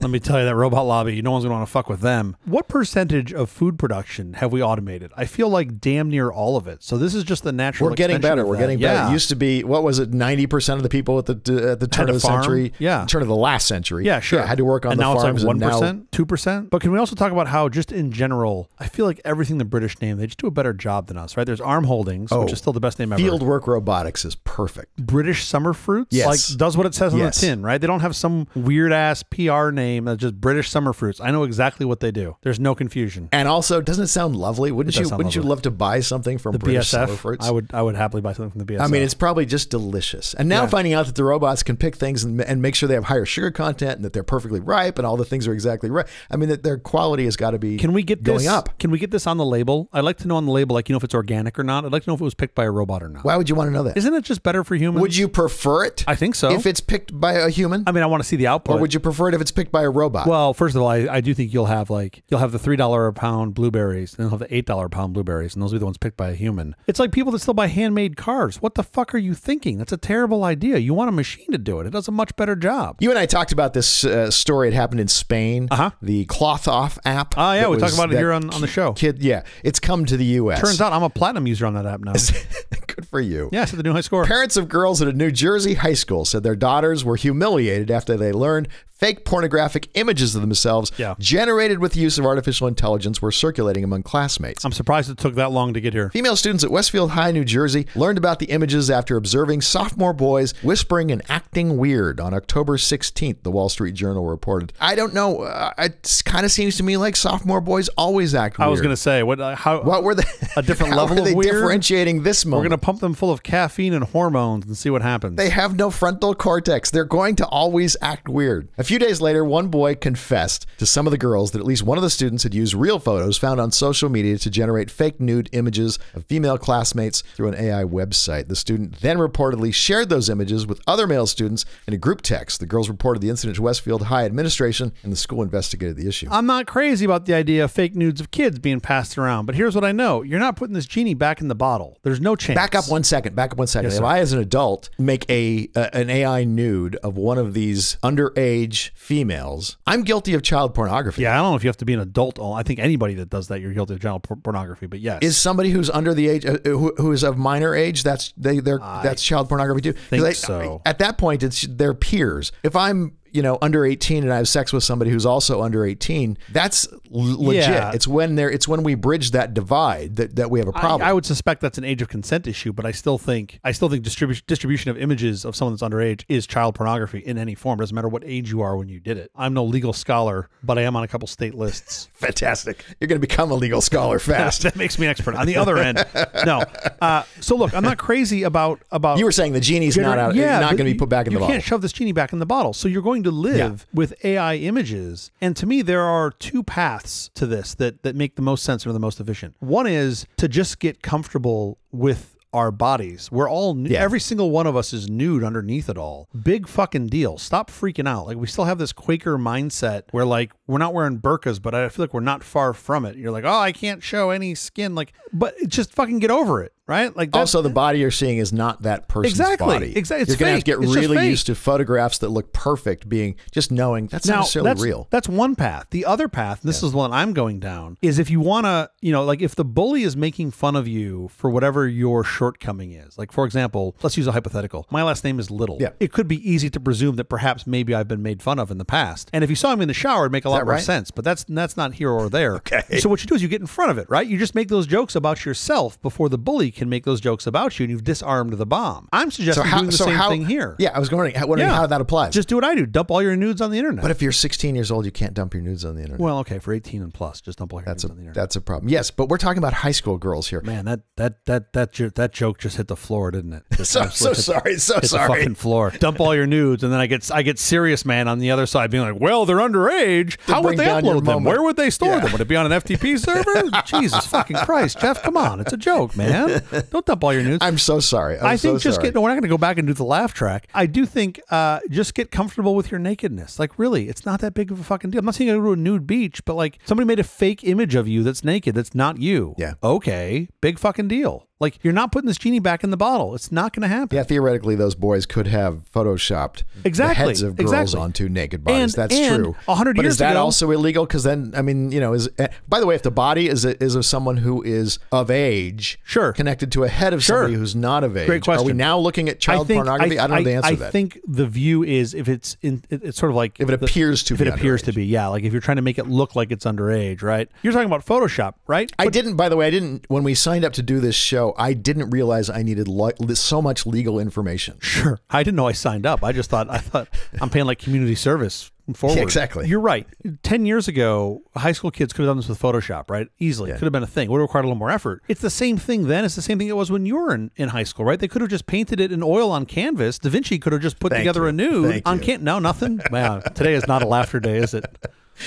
[SPEAKER 2] Let me tell you, that robot lobby, no one's gonna want to fuck with them. What percentage of food production have we automated? I feel like damn near all of it. So this is just the natural.
[SPEAKER 1] We're getting
[SPEAKER 2] extension
[SPEAKER 1] better.
[SPEAKER 2] of
[SPEAKER 1] We're
[SPEAKER 2] that.
[SPEAKER 1] getting better.
[SPEAKER 2] Yeah.
[SPEAKER 1] It used to be what was it? Ninety percent of the people at the at the turn
[SPEAKER 2] Had
[SPEAKER 1] of
[SPEAKER 2] a
[SPEAKER 1] the
[SPEAKER 2] farm?
[SPEAKER 1] century,
[SPEAKER 2] Yeah.
[SPEAKER 1] turn of the last century,
[SPEAKER 2] Yeah, sure.
[SPEAKER 1] had to work on
[SPEAKER 2] and
[SPEAKER 1] the
[SPEAKER 2] now
[SPEAKER 1] farms.
[SPEAKER 2] It's like
[SPEAKER 1] and now-
[SPEAKER 2] 1%, 2%. But can we also talk about how, just in general, I feel like everything the British name, they just do a better job than us, right? There's Arm Holdings, which is still the best name ever.
[SPEAKER 1] Oh. field work robotics is perfect.
[SPEAKER 2] British Summer Fruits,
[SPEAKER 1] Yes.
[SPEAKER 2] like does what it says on
[SPEAKER 1] Yes.
[SPEAKER 2] the tin, right? They don't have some weird ass PR name that's just British Summer Fruits. I know exactly what they do. There's no confusion.
[SPEAKER 1] And also, doesn't it sound lovely? Wouldn't
[SPEAKER 2] does
[SPEAKER 1] you?
[SPEAKER 2] sound
[SPEAKER 1] Wouldn't you
[SPEAKER 2] lovely.
[SPEAKER 1] love to buy something from British
[SPEAKER 2] BSF,
[SPEAKER 1] Summer Fruits?
[SPEAKER 2] I would, I would happily buy something from the BSF.
[SPEAKER 1] I mean, it's probably just delicious. And now finding out that the robots can pick things and, and make sure they have higher sugar content and that they're perfectly ripe and all the things are exactly right. I mean, that their quality has got to be
[SPEAKER 2] Can we get
[SPEAKER 1] going
[SPEAKER 2] this,
[SPEAKER 1] up?
[SPEAKER 2] Can we get this on the label? I'd like to know on the label, like you know, if it's organic or not. I'd like to know if it was picked by a robot or not.
[SPEAKER 1] Why would you want to know that?
[SPEAKER 2] Isn't it just better for humans?
[SPEAKER 1] Would you prefer it?
[SPEAKER 2] I think so.
[SPEAKER 1] If it's picked by a human,
[SPEAKER 2] I mean, I want to see the output.
[SPEAKER 1] or would you prefer it if it's picked by a robot?
[SPEAKER 2] Well, first of all, I, I do think you'll have like you'll have the three dollar a pound blueberries, and you'll have the eight dollar a pound blueberries, and those will be the ones picked by a human. It's like people that still buy handmade cars. What the fuck are you thinking? That's a terrible idea. You want a machine to do it. It does a much better job.
[SPEAKER 1] you and I talked about this uh, story. It happened in Spain.
[SPEAKER 2] Uh-huh.
[SPEAKER 1] The cloth off app.
[SPEAKER 2] Ah, yeah,
[SPEAKER 1] that
[SPEAKER 2] we talked
[SPEAKER 1] was-
[SPEAKER 2] about it
[SPEAKER 1] that
[SPEAKER 2] here on- on the
[SPEAKER 1] ki-
[SPEAKER 2] show.
[SPEAKER 1] Kid, yeah, it's come to the U.S.
[SPEAKER 2] Turns out I'm a platinum user on that app now.
[SPEAKER 1] good for you.
[SPEAKER 2] yeah, so the new high score.
[SPEAKER 1] Parents of girls at a New Jersey high school said their daughters were humiliated after they learned fake pornographic images of themselves
[SPEAKER 2] Yeah.
[SPEAKER 1] generated with the use of artificial intelligence were circulating among classmates.
[SPEAKER 2] I'm surprised it took that long to get here.
[SPEAKER 1] Female students at Westfield High, New Jersey, learned about the images after observing sophomore boys whispering and acting weird on October 16th, the Wall Street Journal reported. I don't know. Uh, it kind of seems to me like sophomore boys always act
[SPEAKER 2] I
[SPEAKER 1] weird.
[SPEAKER 2] was gonna say what? Uh, how?
[SPEAKER 1] What were they?
[SPEAKER 2] A different
[SPEAKER 1] how
[SPEAKER 2] level
[SPEAKER 1] were
[SPEAKER 2] of
[SPEAKER 1] they
[SPEAKER 2] weird?
[SPEAKER 1] differentiating this moment?
[SPEAKER 2] We're gonna pump them full of caffeine and hormones and see what happens.
[SPEAKER 1] They have no frontal cortex. They're going to always act weird. A few days later, one boy confessed to some of the girls that at least one of the students had used real photos found on social media to generate fake nude images of female classmates through an AI website. The student then reportedly shared those images with other male students in a group text. The girls reported the incident to Westfield High Administration, and the school investigated the issue.
[SPEAKER 2] I'm not crazy about the idea of fake nudes of kids being passed around, but here's what I know. You're not putting this genie back in the bottle. There's no chance.
[SPEAKER 1] Back up one second. Back up one second. if I, as an adult, make a uh, an AI nude of one of these underage females, I'm guilty of child pornography.
[SPEAKER 2] Yeah, I don't know if you have to be an adult. all- I think anybody that does that, you're guilty of child por- pornography, but yes.
[SPEAKER 1] Is somebody who's under the age, uh, who, who is of minor age, that's they they're that's child pornography too. 'Cause
[SPEAKER 2] think
[SPEAKER 1] I-
[SPEAKER 2] so.
[SPEAKER 1] At that point, it's their peers. If I'm you know under 18 and I have sex with somebody who's also under 18, that's l- legit.
[SPEAKER 2] Yeah.
[SPEAKER 1] It's when they're it's when we bridge that divide that, that we have a
[SPEAKER 2] I,
[SPEAKER 1] problem.
[SPEAKER 2] I would suspect that's an age of consent issue, but I still think I still think distribution distribution of images of someone that's underage is child pornography in any form. doesn't matter what age you are when you did it. I'm no legal scholar, but I am on a couple state lists.
[SPEAKER 1] Fantastic. You're going to become a legal scholar fast.
[SPEAKER 2] that makes me an expert. On the other end, no. Uh, so look, I'm not crazy about about
[SPEAKER 1] you were saying the genie's not out.
[SPEAKER 2] Yeah,
[SPEAKER 1] not going
[SPEAKER 2] but
[SPEAKER 1] to be
[SPEAKER 2] you-
[SPEAKER 1] put back in
[SPEAKER 2] you
[SPEAKER 1] the bottle.
[SPEAKER 2] can't shove this genie back in the bottle. So you're going to live with AI images. And to me, there are two paths to this that that make the most sense and are the most efficient. One is to just get comfortable with our bodies. We're all nu- every single one of us is nude underneath it all. Big fucking deal. Stop freaking out. Like we still have this Quaker mindset where like we're not wearing burkas, but I feel like we're not far from it. You're like, "Oh, I can't show any skin." Like, but just fucking get over it, right? Like that's
[SPEAKER 1] also, the body you're seeing is not that person's
[SPEAKER 2] Exactly.
[SPEAKER 1] body.
[SPEAKER 2] Exact- it's
[SPEAKER 1] You're gonna have to
[SPEAKER 2] fake.
[SPEAKER 1] get
[SPEAKER 2] It's just
[SPEAKER 1] really
[SPEAKER 2] fake.
[SPEAKER 1] used to photographs that look perfect, being just knowing that's not necessarily
[SPEAKER 2] that's,
[SPEAKER 1] real.
[SPEAKER 2] That's one path. The other path, and this is the one I'm going down, is if you want to, you know, like if the bully is making fun of you for whatever your shortcoming is. Like, for example, let's use a hypothetical. My last name is Little.
[SPEAKER 1] Yeah.
[SPEAKER 2] It could be easy to presume that perhaps maybe I've been made fun of in the past. And if you saw me in the shower, it'd make a lot
[SPEAKER 1] that
[SPEAKER 2] more
[SPEAKER 1] right?
[SPEAKER 2] sense. But that's that's not here or there. okay. So what you do is you get in front of it, right? You just make those jokes about yourself before the bully can make those jokes about you, and you've disarmed the bomb. I'm suggesting doing the same thing here.
[SPEAKER 1] Yeah, I was wondering, how- wondering how that applies.
[SPEAKER 2] Just do what I do. Dump all your nudes on the internet.
[SPEAKER 1] but if you're 16 years old, you can't dump your nudes on the internet.
[SPEAKER 2] Well, okay, for eighteen and plus, just don't play
[SPEAKER 1] that's
[SPEAKER 2] that's
[SPEAKER 1] a
[SPEAKER 2] on the internet.
[SPEAKER 1] that's a problem. Yes, but we're talking about high school girls here.
[SPEAKER 2] Man, that that that that jo- that joke just hit the floor, didn't it? Just
[SPEAKER 1] So so
[SPEAKER 2] absolutely hit-
[SPEAKER 1] sorry. So
[SPEAKER 2] Hit the
[SPEAKER 1] sorry.
[SPEAKER 2] fucking floor. Dump all your nudes, and then I get I get serious, man, on the other side, being like, "Well, they're underage. How
[SPEAKER 1] bring
[SPEAKER 2] would they
[SPEAKER 1] down your
[SPEAKER 2] upload them?
[SPEAKER 1] moment."
[SPEAKER 2] Where would they store them? Would it be on an FTP server? Jesus fucking Christ, Jeff, come on, it's a joke, man. Don't dump all your nudes.
[SPEAKER 1] I'm so sorry. I'm
[SPEAKER 2] I
[SPEAKER 1] so
[SPEAKER 2] think just
[SPEAKER 1] sorry.
[SPEAKER 2] get. No, we're not going to go back and do the laugh track. I do think uh, just get comfortable with your nakedness. Like, really, it's not that big of a fucking deal. I'm not saying go to a nude beach, but like somebody made a fake image of you that's naked, that's not you.
[SPEAKER 1] Yeah.
[SPEAKER 2] Okay. Big fucking deal. Like, you're not putting this genie back in the bottle. It's not going to happen.
[SPEAKER 1] Yeah, theoretically, those boys could have photoshopped
[SPEAKER 2] Exactly,
[SPEAKER 1] the heads of girls
[SPEAKER 2] exactly.
[SPEAKER 1] onto naked bodies.
[SPEAKER 2] And-
[SPEAKER 1] That's
[SPEAKER 2] and
[SPEAKER 1] true.
[SPEAKER 2] a hundred
[SPEAKER 1] But
[SPEAKER 2] years
[SPEAKER 1] is that
[SPEAKER 2] ago-
[SPEAKER 1] also illegal? Because then, I mean, you know, is eh, by the way, if the body is is of someone who is of age,
[SPEAKER 2] Sure.
[SPEAKER 1] connected to a head of
[SPEAKER 2] Sure.
[SPEAKER 1] somebody who's not of age,
[SPEAKER 2] Great
[SPEAKER 1] Are we
[SPEAKER 2] question.
[SPEAKER 1] now looking at child pornography? I, don't know the answer
[SPEAKER 2] I
[SPEAKER 1] to that.
[SPEAKER 2] think the view is if it's in, it- it's sort of like
[SPEAKER 1] If it
[SPEAKER 2] the-
[SPEAKER 1] appears to
[SPEAKER 2] if
[SPEAKER 1] be
[SPEAKER 2] it appears to
[SPEAKER 1] underage.
[SPEAKER 2] be, yeah. Like if you're trying to make it look like it's underage, right? You're talking about Photoshop, right?
[SPEAKER 1] I didn't. By the way, I didn't. When we signed up to do this show, I didn't realize I needed li- so much legal information.
[SPEAKER 2] Sure. I didn't know I signed up. I just thought I thought I'm paying like community service forward.
[SPEAKER 1] Yeah, exactly.
[SPEAKER 2] You're right. Ten years ago, high school kids could have done this with Photoshop, right? Easily. Could have been a thing. Would have required a little more effort. It's the same thing then. It's the same thing it was when you were in, in high school, right? They could have just painted it in oil on canvas. Da Vinci could have just put together
[SPEAKER 1] you.
[SPEAKER 2] a nude
[SPEAKER 1] Thank
[SPEAKER 2] on
[SPEAKER 1] you.
[SPEAKER 2] canvas. No, nothing. Man, today is not a laughter day, is it?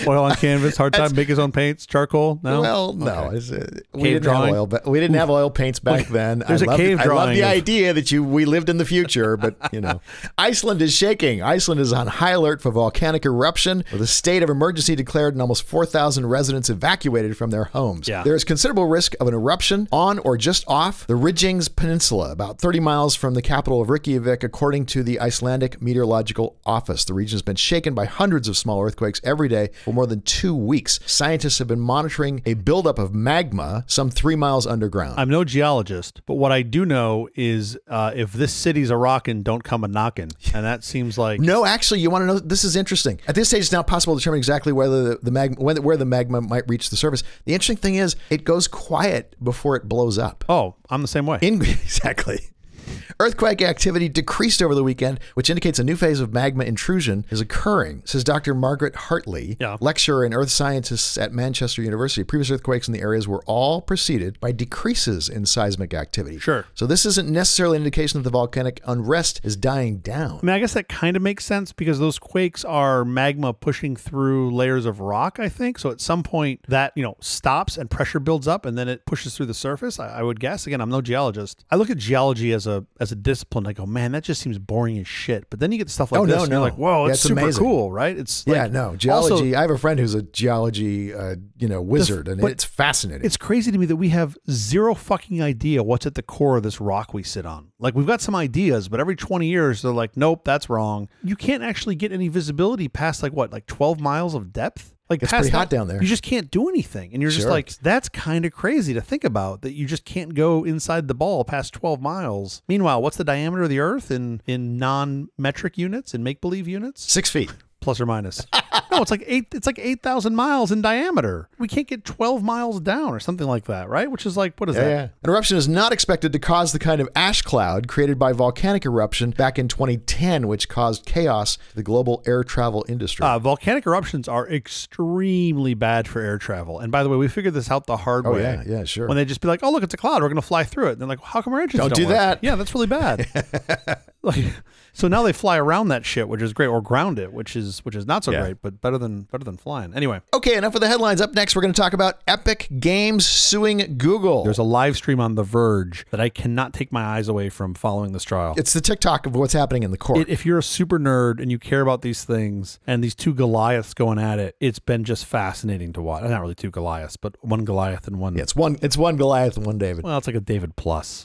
[SPEAKER 2] Oil on canvas, hard time, make his own paints, charcoal. No.
[SPEAKER 1] Well, no, it's, uh, we
[SPEAKER 2] Cave
[SPEAKER 1] didn't
[SPEAKER 2] drawing?
[SPEAKER 1] have oil. But we didn't have oil paints back then.
[SPEAKER 2] There's
[SPEAKER 1] I
[SPEAKER 2] a
[SPEAKER 1] loved-
[SPEAKER 2] cave
[SPEAKER 1] I love
[SPEAKER 2] drawing
[SPEAKER 1] the
[SPEAKER 2] of-
[SPEAKER 1] idea that you we lived in the future, but you know, Iceland is shaking. Iceland is on high alert for volcanic eruption, with a state of emergency declared and almost 4,000 residents evacuated from their homes.
[SPEAKER 2] Yeah.
[SPEAKER 1] There is considerable risk of an eruption on or just off the Ridgings Peninsula, about 30 miles from the capital of Reykjavik, according to the Icelandic Meteorological Office. The region has been shaken by hundreds of small earthquakes every day for more than two weeks. Scientists have been monitoring a buildup of magma some three miles underground.
[SPEAKER 2] I'm no geologist, but what I do know is uh, if this city's a rockin', don't come a knockin'. And that seems like
[SPEAKER 1] No, actually, you want to know. This is interesting. At this stage, it's not possible to determine exactly whether the, the magma, when, where the magma might reach the surface. The interesting thing is, it goes quiet before it blows up.
[SPEAKER 2] Oh, I'm the same way.
[SPEAKER 1] In exactly. Earthquake activity decreased over the weekend, which indicates a new phase of magma intrusion is occurring, says Dr. Margaret Hartley,
[SPEAKER 2] Yeah.
[SPEAKER 1] lecturer in earth sciences at Manchester University. Previous earthquakes in the areas were all preceded by decreases in seismic activity.
[SPEAKER 2] Sure.
[SPEAKER 1] So this isn't necessarily an indication that the volcanic unrest is dying
[SPEAKER 2] I
[SPEAKER 1] down.
[SPEAKER 2] mean, I guess that kind of makes sense because those quakes are magma pushing through layers of rock, I think. So at some point that, you know, stops and pressure builds up and then it pushes through the surface. I, I would guess. Again, I'm no geologist. I look at geology as a as a discipline. I go, man, that just seems boring as shit. But then you get stuff like
[SPEAKER 1] Oh,
[SPEAKER 2] this
[SPEAKER 1] no,
[SPEAKER 2] and you're
[SPEAKER 1] no.
[SPEAKER 2] like, whoa,
[SPEAKER 1] Yeah,
[SPEAKER 2] it's
[SPEAKER 1] it's
[SPEAKER 2] super
[SPEAKER 1] amazing.
[SPEAKER 2] cool, right? It's
[SPEAKER 1] Yeah,
[SPEAKER 2] like-
[SPEAKER 1] no.
[SPEAKER 2] also,
[SPEAKER 1] Geology. I have a friend who's a geology, uh, you know, wizard, and
[SPEAKER 2] but-
[SPEAKER 1] it's fascinating.
[SPEAKER 2] it's crazy to me that we have zero fucking idea what's at the core of this rock we sit on. Like we've got some ideas, but every 20 years they're like, nope, that's wrong. You can't actually get any visibility past like what, like 12 miles of depth? Like
[SPEAKER 1] It's
[SPEAKER 2] past
[SPEAKER 1] pretty hot
[SPEAKER 2] that,
[SPEAKER 1] down there.
[SPEAKER 2] You just can't do anything. And you're just
[SPEAKER 1] Sure.
[SPEAKER 2] like, that's kind of crazy to think about that you just can't go inside the ball past 12 miles. Meanwhile, what's the diameter of the earth in in non-metric units and make-believe units?
[SPEAKER 1] six feet.
[SPEAKER 2] plus or minus. no, it's like eight. It's like eight thousand miles in diameter. We can't get twelve miles down or something like that, right? Which is like what is that?
[SPEAKER 1] An eruption is not expected to cause the kind of ash cloud created by volcanic eruption back in 2010, which caused chaos to the global air travel industry.
[SPEAKER 2] Uh, volcanic eruptions are extremely bad for air travel. And by the way, we figured this out the hard
[SPEAKER 1] Oh,
[SPEAKER 2] way.
[SPEAKER 1] yeah, yeah, sure.
[SPEAKER 2] When they just be like, "Oh, look, it's a cloud. We're going to fly through it." And they're like, "How come our engines
[SPEAKER 1] Don't
[SPEAKER 2] don't,
[SPEAKER 1] do
[SPEAKER 2] work?"
[SPEAKER 1] that.
[SPEAKER 2] Yeah, that's really bad. like, so now they fly around that shit, which is great, or ground it, which is which is not so
[SPEAKER 1] Yeah.
[SPEAKER 2] great, but better than better than flying. Anyway,
[SPEAKER 1] okay, enough of the headlines. Up next, we're going to talk about Epic Games suing Google.
[SPEAKER 2] there's a live stream on The Verge that I cannot take my eyes away from following this trial.
[SPEAKER 1] it's the TikTok of what's happening in the court.
[SPEAKER 2] it- if you're a super nerd and you care about these things and these two Goliaths going at it, it's been just fascinating to watch. Not really two Goliaths, but one Goliath and one.
[SPEAKER 1] Yeah, it's one. It's one Goliath and one David.
[SPEAKER 2] Well, it's like a David plus.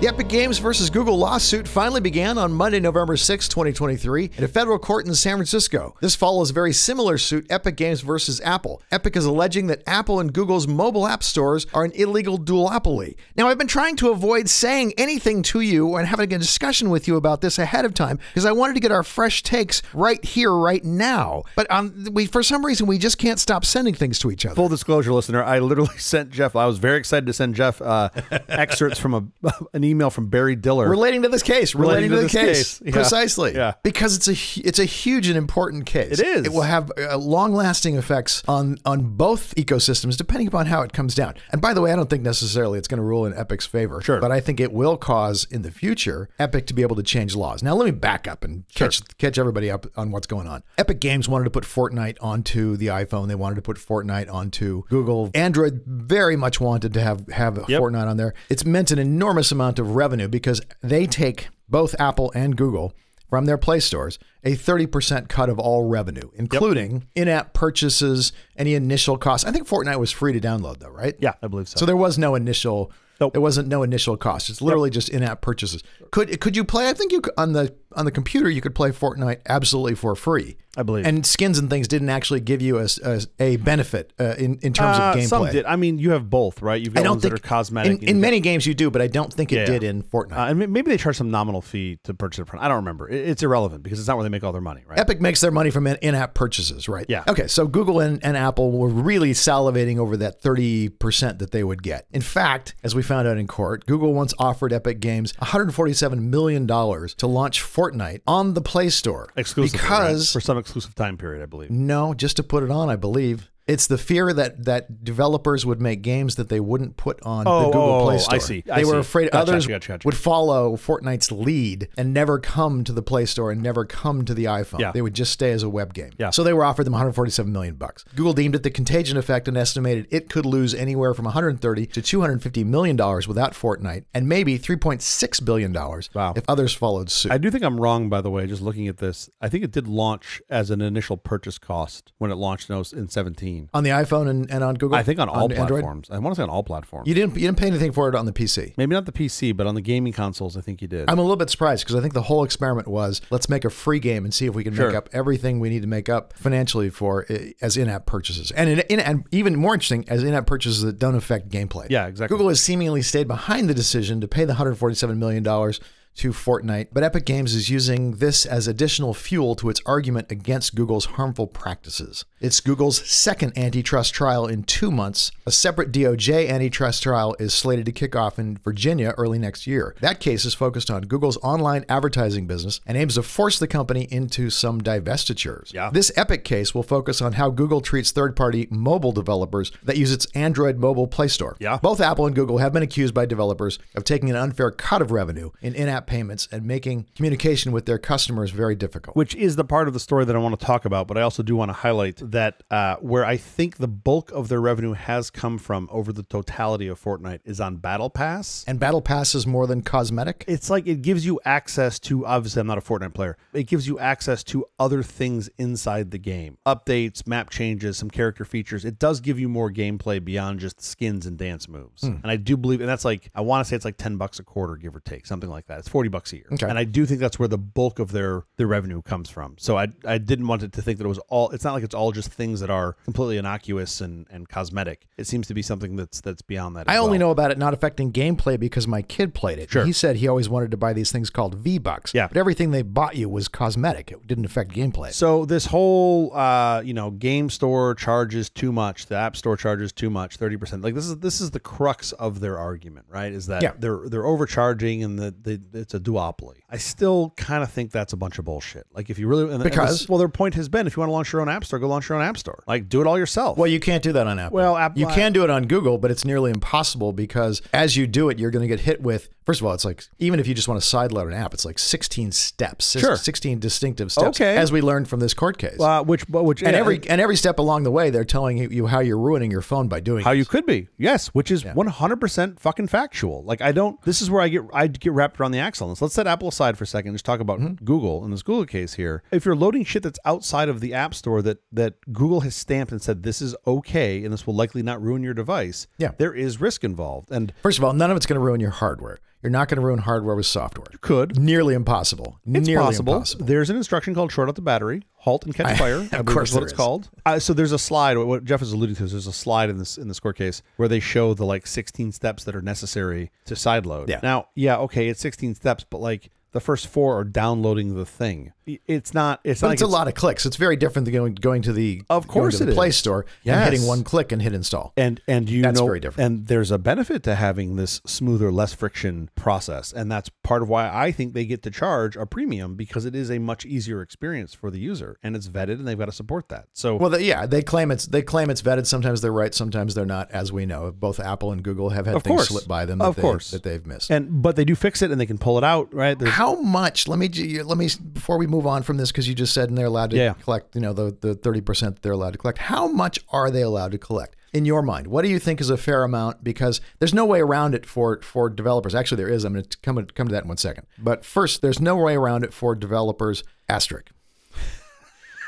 [SPEAKER 1] The Epic Games versus Google lawsuit finally began on Monday, November 6, 2023, at a federal court in San Francisco. This follows a very similar suit Epic Games versus Apple. Epic is alleging that Apple and Google's mobile app stores are an illegal duopoly. Now, I've been trying to avoid saying anything to you and having a discussion with you about this ahead of time because I wanted to get our fresh takes right here, right now. But um, we, for some reason, we just can't stop sending things to each other.
[SPEAKER 2] Full disclosure, listener, I literally sent Jeff. I was very excited to send Jeff uh, excerpts from a an email from Barry Diller.
[SPEAKER 1] relating to this case, relating, to, the case,
[SPEAKER 2] case. Yeah.
[SPEAKER 1] precisely.
[SPEAKER 2] Yeah.
[SPEAKER 1] because it's a hu- it's a huge and important case.
[SPEAKER 2] It is.
[SPEAKER 1] It will have uh, long lasting effects on on both ecosystems, depending upon how it comes down. And by the way, I don't think necessarily it's going to rule in Epic's favor.
[SPEAKER 2] Sure.
[SPEAKER 1] but I think it will cause in the future Epic to be able to change laws. Now, let me back up and catch catch everybody up on what's going on. Epic Games wanted to put Fortnite onto the iPhone. They wanted to put Fortnite onto Google. Android very much wanted to have have a
[SPEAKER 2] Yep.
[SPEAKER 1] Fortnite not on there. It's meant an enormous amount of revenue because they take both Apple and Google from their Play stores a 30% cut of all revenue, including in app purchases, any initial costs. I think Fortnite was free to download, though, right?
[SPEAKER 2] yeah, I believe so.
[SPEAKER 1] So there was no initial.
[SPEAKER 2] Nope.
[SPEAKER 1] There wasn't no initial cost. It's literally just in-app purchases. Could could you play? I think you could, on the on the computer you could play Fortnite absolutely for free.
[SPEAKER 2] I believe.
[SPEAKER 1] And skins and things didn't actually give you a s- a, a benefit uh, in in terms
[SPEAKER 2] Uh,
[SPEAKER 1] of gameplay.
[SPEAKER 2] some did. I mean, you have both, right? You've got
[SPEAKER 1] I don't
[SPEAKER 2] ones
[SPEAKER 1] think
[SPEAKER 2] that are cosmetic.
[SPEAKER 1] In,
[SPEAKER 2] and
[SPEAKER 1] in
[SPEAKER 2] you've got-
[SPEAKER 1] many games you do, but I don't think it
[SPEAKER 2] Yeah,
[SPEAKER 1] did
[SPEAKER 2] yeah.
[SPEAKER 1] in Fortnite.
[SPEAKER 2] Uh, and may- maybe they charge some nominal fee to purchase it. I don't remember. It- It's irrelevant because it's not where they make all their money, right?
[SPEAKER 1] Epic makes their money from in- in-app purchases, right?
[SPEAKER 2] Yeah.
[SPEAKER 1] Okay, so Google and, and Apple were really salivating over that 30% that they would get. In fact, as we found out in court, Google once offered Epic Games $147 million to launch Fortnite on the Play Store.
[SPEAKER 2] Exclusively, right?
[SPEAKER 1] Because,
[SPEAKER 2] for some exclusive time period, I believe.
[SPEAKER 1] no, just to put it on, I believe. It's the fear that, that developers would make games that they wouldn't put on the
[SPEAKER 2] Oh,
[SPEAKER 1] Google
[SPEAKER 2] oh,
[SPEAKER 1] Play
[SPEAKER 2] I
[SPEAKER 1] Store.
[SPEAKER 2] see,
[SPEAKER 1] They
[SPEAKER 2] I
[SPEAKER 1] were
[SPEAKER 2] see.
[SPEAKER 1] afraid
[SPEAKER 2] Gotcha,
[SPEAKER 1] others
[SPEAKER 2] gotcha, gotcha.
[SPEAKER 1] would follow Fortnite's lead and never come to the Play Store and never come to the iPhone.
[SPEAKER 2] Yeah.
[SPEAKER 1] They would just stay as a web game.
[SPEAKER 2] Yeah.
[SPEAKER 1] So they were offered them 147 million bucks. Google deemed it the contagion effect and estimated it could lose anywhere from 130 to 250 million dollars without Fortnite and maybe 3.6 billion dollars
[SPEAKER 2] Wow.
[SPEAKER 1] if others followed suit.
[SPEAKER 2] I do think I'm wrong, by the way. Just looking at this, I think it did launch as an initial purchase cost when it launched in, 0- in 17. seen.
[SPEAKER 1] on the iPhone and, and on Google?
[SPEAKER 2] I think on all
[SPEAKER 1] Android?
[SPEAKER 2] platforms. I want to say on all platforms.
[SPEAKER 1] You didn't you didn't pay anything for it on the PC.
[SPEAKER 2] Maybe not the PC, but on the gaming consoles, I think you did.
[SPEAKER 1] I'm a little bit surprised because I think the whole experiment was let's make a free game and see if we can make
[SPEAKER 2] Sure.
[SPEAKER 1] up everything we need to make up financially for uh, as in-app purchases, and in, in, and even more interesting as in-app purchases that don't affect gameplay.
[SPEAKER 2] Yeah, exactly.
[SPEAKER 1] Google has seemingly stayed behind the decision to pay the 147 million dollars to Fortnite, but Epic Games is using this as additional fuel to its argument against Google's harmful practices. It's Google's second antitrust trial in 2 months. A separate DOJ antitrust trial is slated to kick off in Virginia early next year. That case is focused on Google's online advertising business and aims to force the company into some divestitures.
[SPEAKER 2] Yeah.
[SPEAKER 1] This Epic case will focus on how Google treats third-party mobile developers that use its Android mobile Play Store.
[SPEAKER 2] Yeah.
[SPEAKER 1] Both Apple and Google have been accused by developers of taking an unfair cut of revenue in in app payments and making communication with their customers very difficult.
[SPEAKER 2] which is the part of the story that I want to talk about, but I also do want to highlight that uh, where I think the bulk of their revenue has come from over the totality of Fortnite is on Battle Pass.
[SPEAKER 1] And Battle Pass is more than cosmetic.
[SPEAKER 2] It's like it gives you access to, obviously, I'm not a Fortnite player, it gives you access to other things inside the game updates, map changes, some character features. It does give you more gameplay beyond just skins and dance moves.
[SPEAKER 1] Hmm.
[SPEAKER 2] And I do believe, and that's like, I want to say it's like 10 bucks a quarter, give or take, something like that. It's 40 bucks a year.
[SPEAKER 1] Okay.
[SPEAKER 2] And I do think that's where the bulk of their their revenue comes from. So I I didn't want it to think that it was all. It's not like it's all just things that are completely innocuous and and cosmetic. It seems to be something that's that's beyond that. as
[SPEAKER 1] I only
[SPEAKER 2] well.
[SPEAKER 1] know about it not affecting gameplay because my kid played it.
[SPEAKER 2] Sure.
[SPEAKER 1] He said he always wanted to buy these things called V Bucks.
[SPEAKER 2] Yeah.
[SPEAKER 1] But everything they bought you was cosmetic. It didn't affect gameplay.
[SPEAKER 2] So this whole uh, you know game store charges too much, the app store charges too much, thirty percent. Like this is this is the crux of their argument, right? Is that
[SPEAKER 1] Yeah.
[SPEAKER 2] they're they're overcharging and that they, it's a duopoly. I still kind of think that's a bunch of bullshit. Like if you really and- and this-
[SPEAKER 1] Because?
[SPEAKER 2] well, their point has been if you want to launch your own app store, go launch your own app store. Like do it all yourself.
[SPEAKER 1] Well, you can't do that on Apple.
[SPEAKER 2] Well, Apple-
[SPEAKER 1] you can do it on Google, but it's nearly impossible because as you do it, you're going to get hit with. First of all, it's like even if you just want to sideload an app, it's like 16 steps,
[SPEAKER 2] Sure.
[SPEAKER 1] 16 distinctive steps,
[SPEAKER 2] Okay.
[SPEAKER 1] as we learned from this court case.
[SPEAKER 2] Uh, which, but which,
[SPEAKER 1] and
[SPEAKER 2] yeah,
[SPEAKER 1] every and every step along the way, they're telling you- you how you're ruining your phone by doing
[SPEAKER 2] how
[SPEAKER 1] it.
[SPEAKER 2] you could be, yes, which is one hundred percent fucking factual. Like I don't. This is where I get I get wrapped around the axle on this. Let's set Apple aside for a second. and Just talk about Google in this Google case here. If you're loading shit that's outside of the App Store that that Google has stamped and said this is okay and this will likely not ruin your device,
[SPEAKER 1] Yeah.
[SPEAKER 2] there is risk involved and
[SPEAKER 1] First of all, none of it's going to ruin your hardware. You're not going to ruin hardware with software.
[SPEAKER 2] could.
[SPEAKER 1] Nearly impossible.
[SPEAKER 2] It's
[SPEAKER 1] nearly
[SPEAKER 2] possible.
[SPEAKER 1] impossible.
[SPEAKER 2] There's an instruction called "Short out the battery, halt and catch fire." I believe
[SPEAKER 1] course
[SPEAKER 2] is what
[SPEAKER 1] there
[SPEAKER 2] it's
[SPEAKER 1] is.
[SPEAKER 2] called. Uh, so there's a slide. What Jeff is alluding to is there's a slide in this in this court case where they show the like 16 steps that are necessary to sideload.
[SPEAKER 1] Yeah.
[SPEAKER 2] Now, yeah, okay, it's 16 steps, but like the first four are downloading the thing. It's not. It's
[SPEAKER 1] But
[SPEAKER 2] not.
[SPEAKER 1] it's
[SPEAKER 2] like
[SPEAKER 1] a lot of clicks. It's very different than going, going to the
[SPEAKER 2] Of course
[SPEAKER 1] going to the
[SPEAKER 2] it
[SPEAKER 1] Play
[SPEAKER 2] is.
[SPEAKER 1] Store
[SPEAKER 2] Yes.
[SPEAKER 1] and hitting one click and hit install.
[SPEAKER 2] and and you
[SPEAKER 1] That's
[SPEAKER 2] know
[SPEAKER 1] very different.
[SPEAKER 2] and there's a benefit to having this smoother less friction process and that's part of why i think they get to charge a premium because it is a much easier experience for the user and it's vetted and they've got to support that so
[SPEAKER 1] Well, they, yeah, they claim it's they claim it's vetted. Sometimes they're right, sometimes they're not. As we know, both Apple and Google have had
[SPEAKER 2] Of
[SPEAKER 1] things
[SPEAKER 2] course.
[SPEAKER 1] slip by them. That
[SPEAKER 2] Of
[SPEAKER 1] they,
[SPEAKER 2] course.
[SPEAKER 1] that they've missed.
[SPEAKER 2] and but they do fix it and they can pull it out right There's-
[SPEAKER 1] How much? Let me ju- let me before we move on from this because you just said and they're allowed to
[SPEAKER 2] Yeah.
[SPEAKER 1] collect. You know the the thirty percent they're allowed to collect. How much are they allowed to collect? In your mind, what do you think is a fair amount? Because there's no way around it for for developers. Actually, there is. I'm going to come come to that in one second. But first, there's no way around it for developers. Asterisk.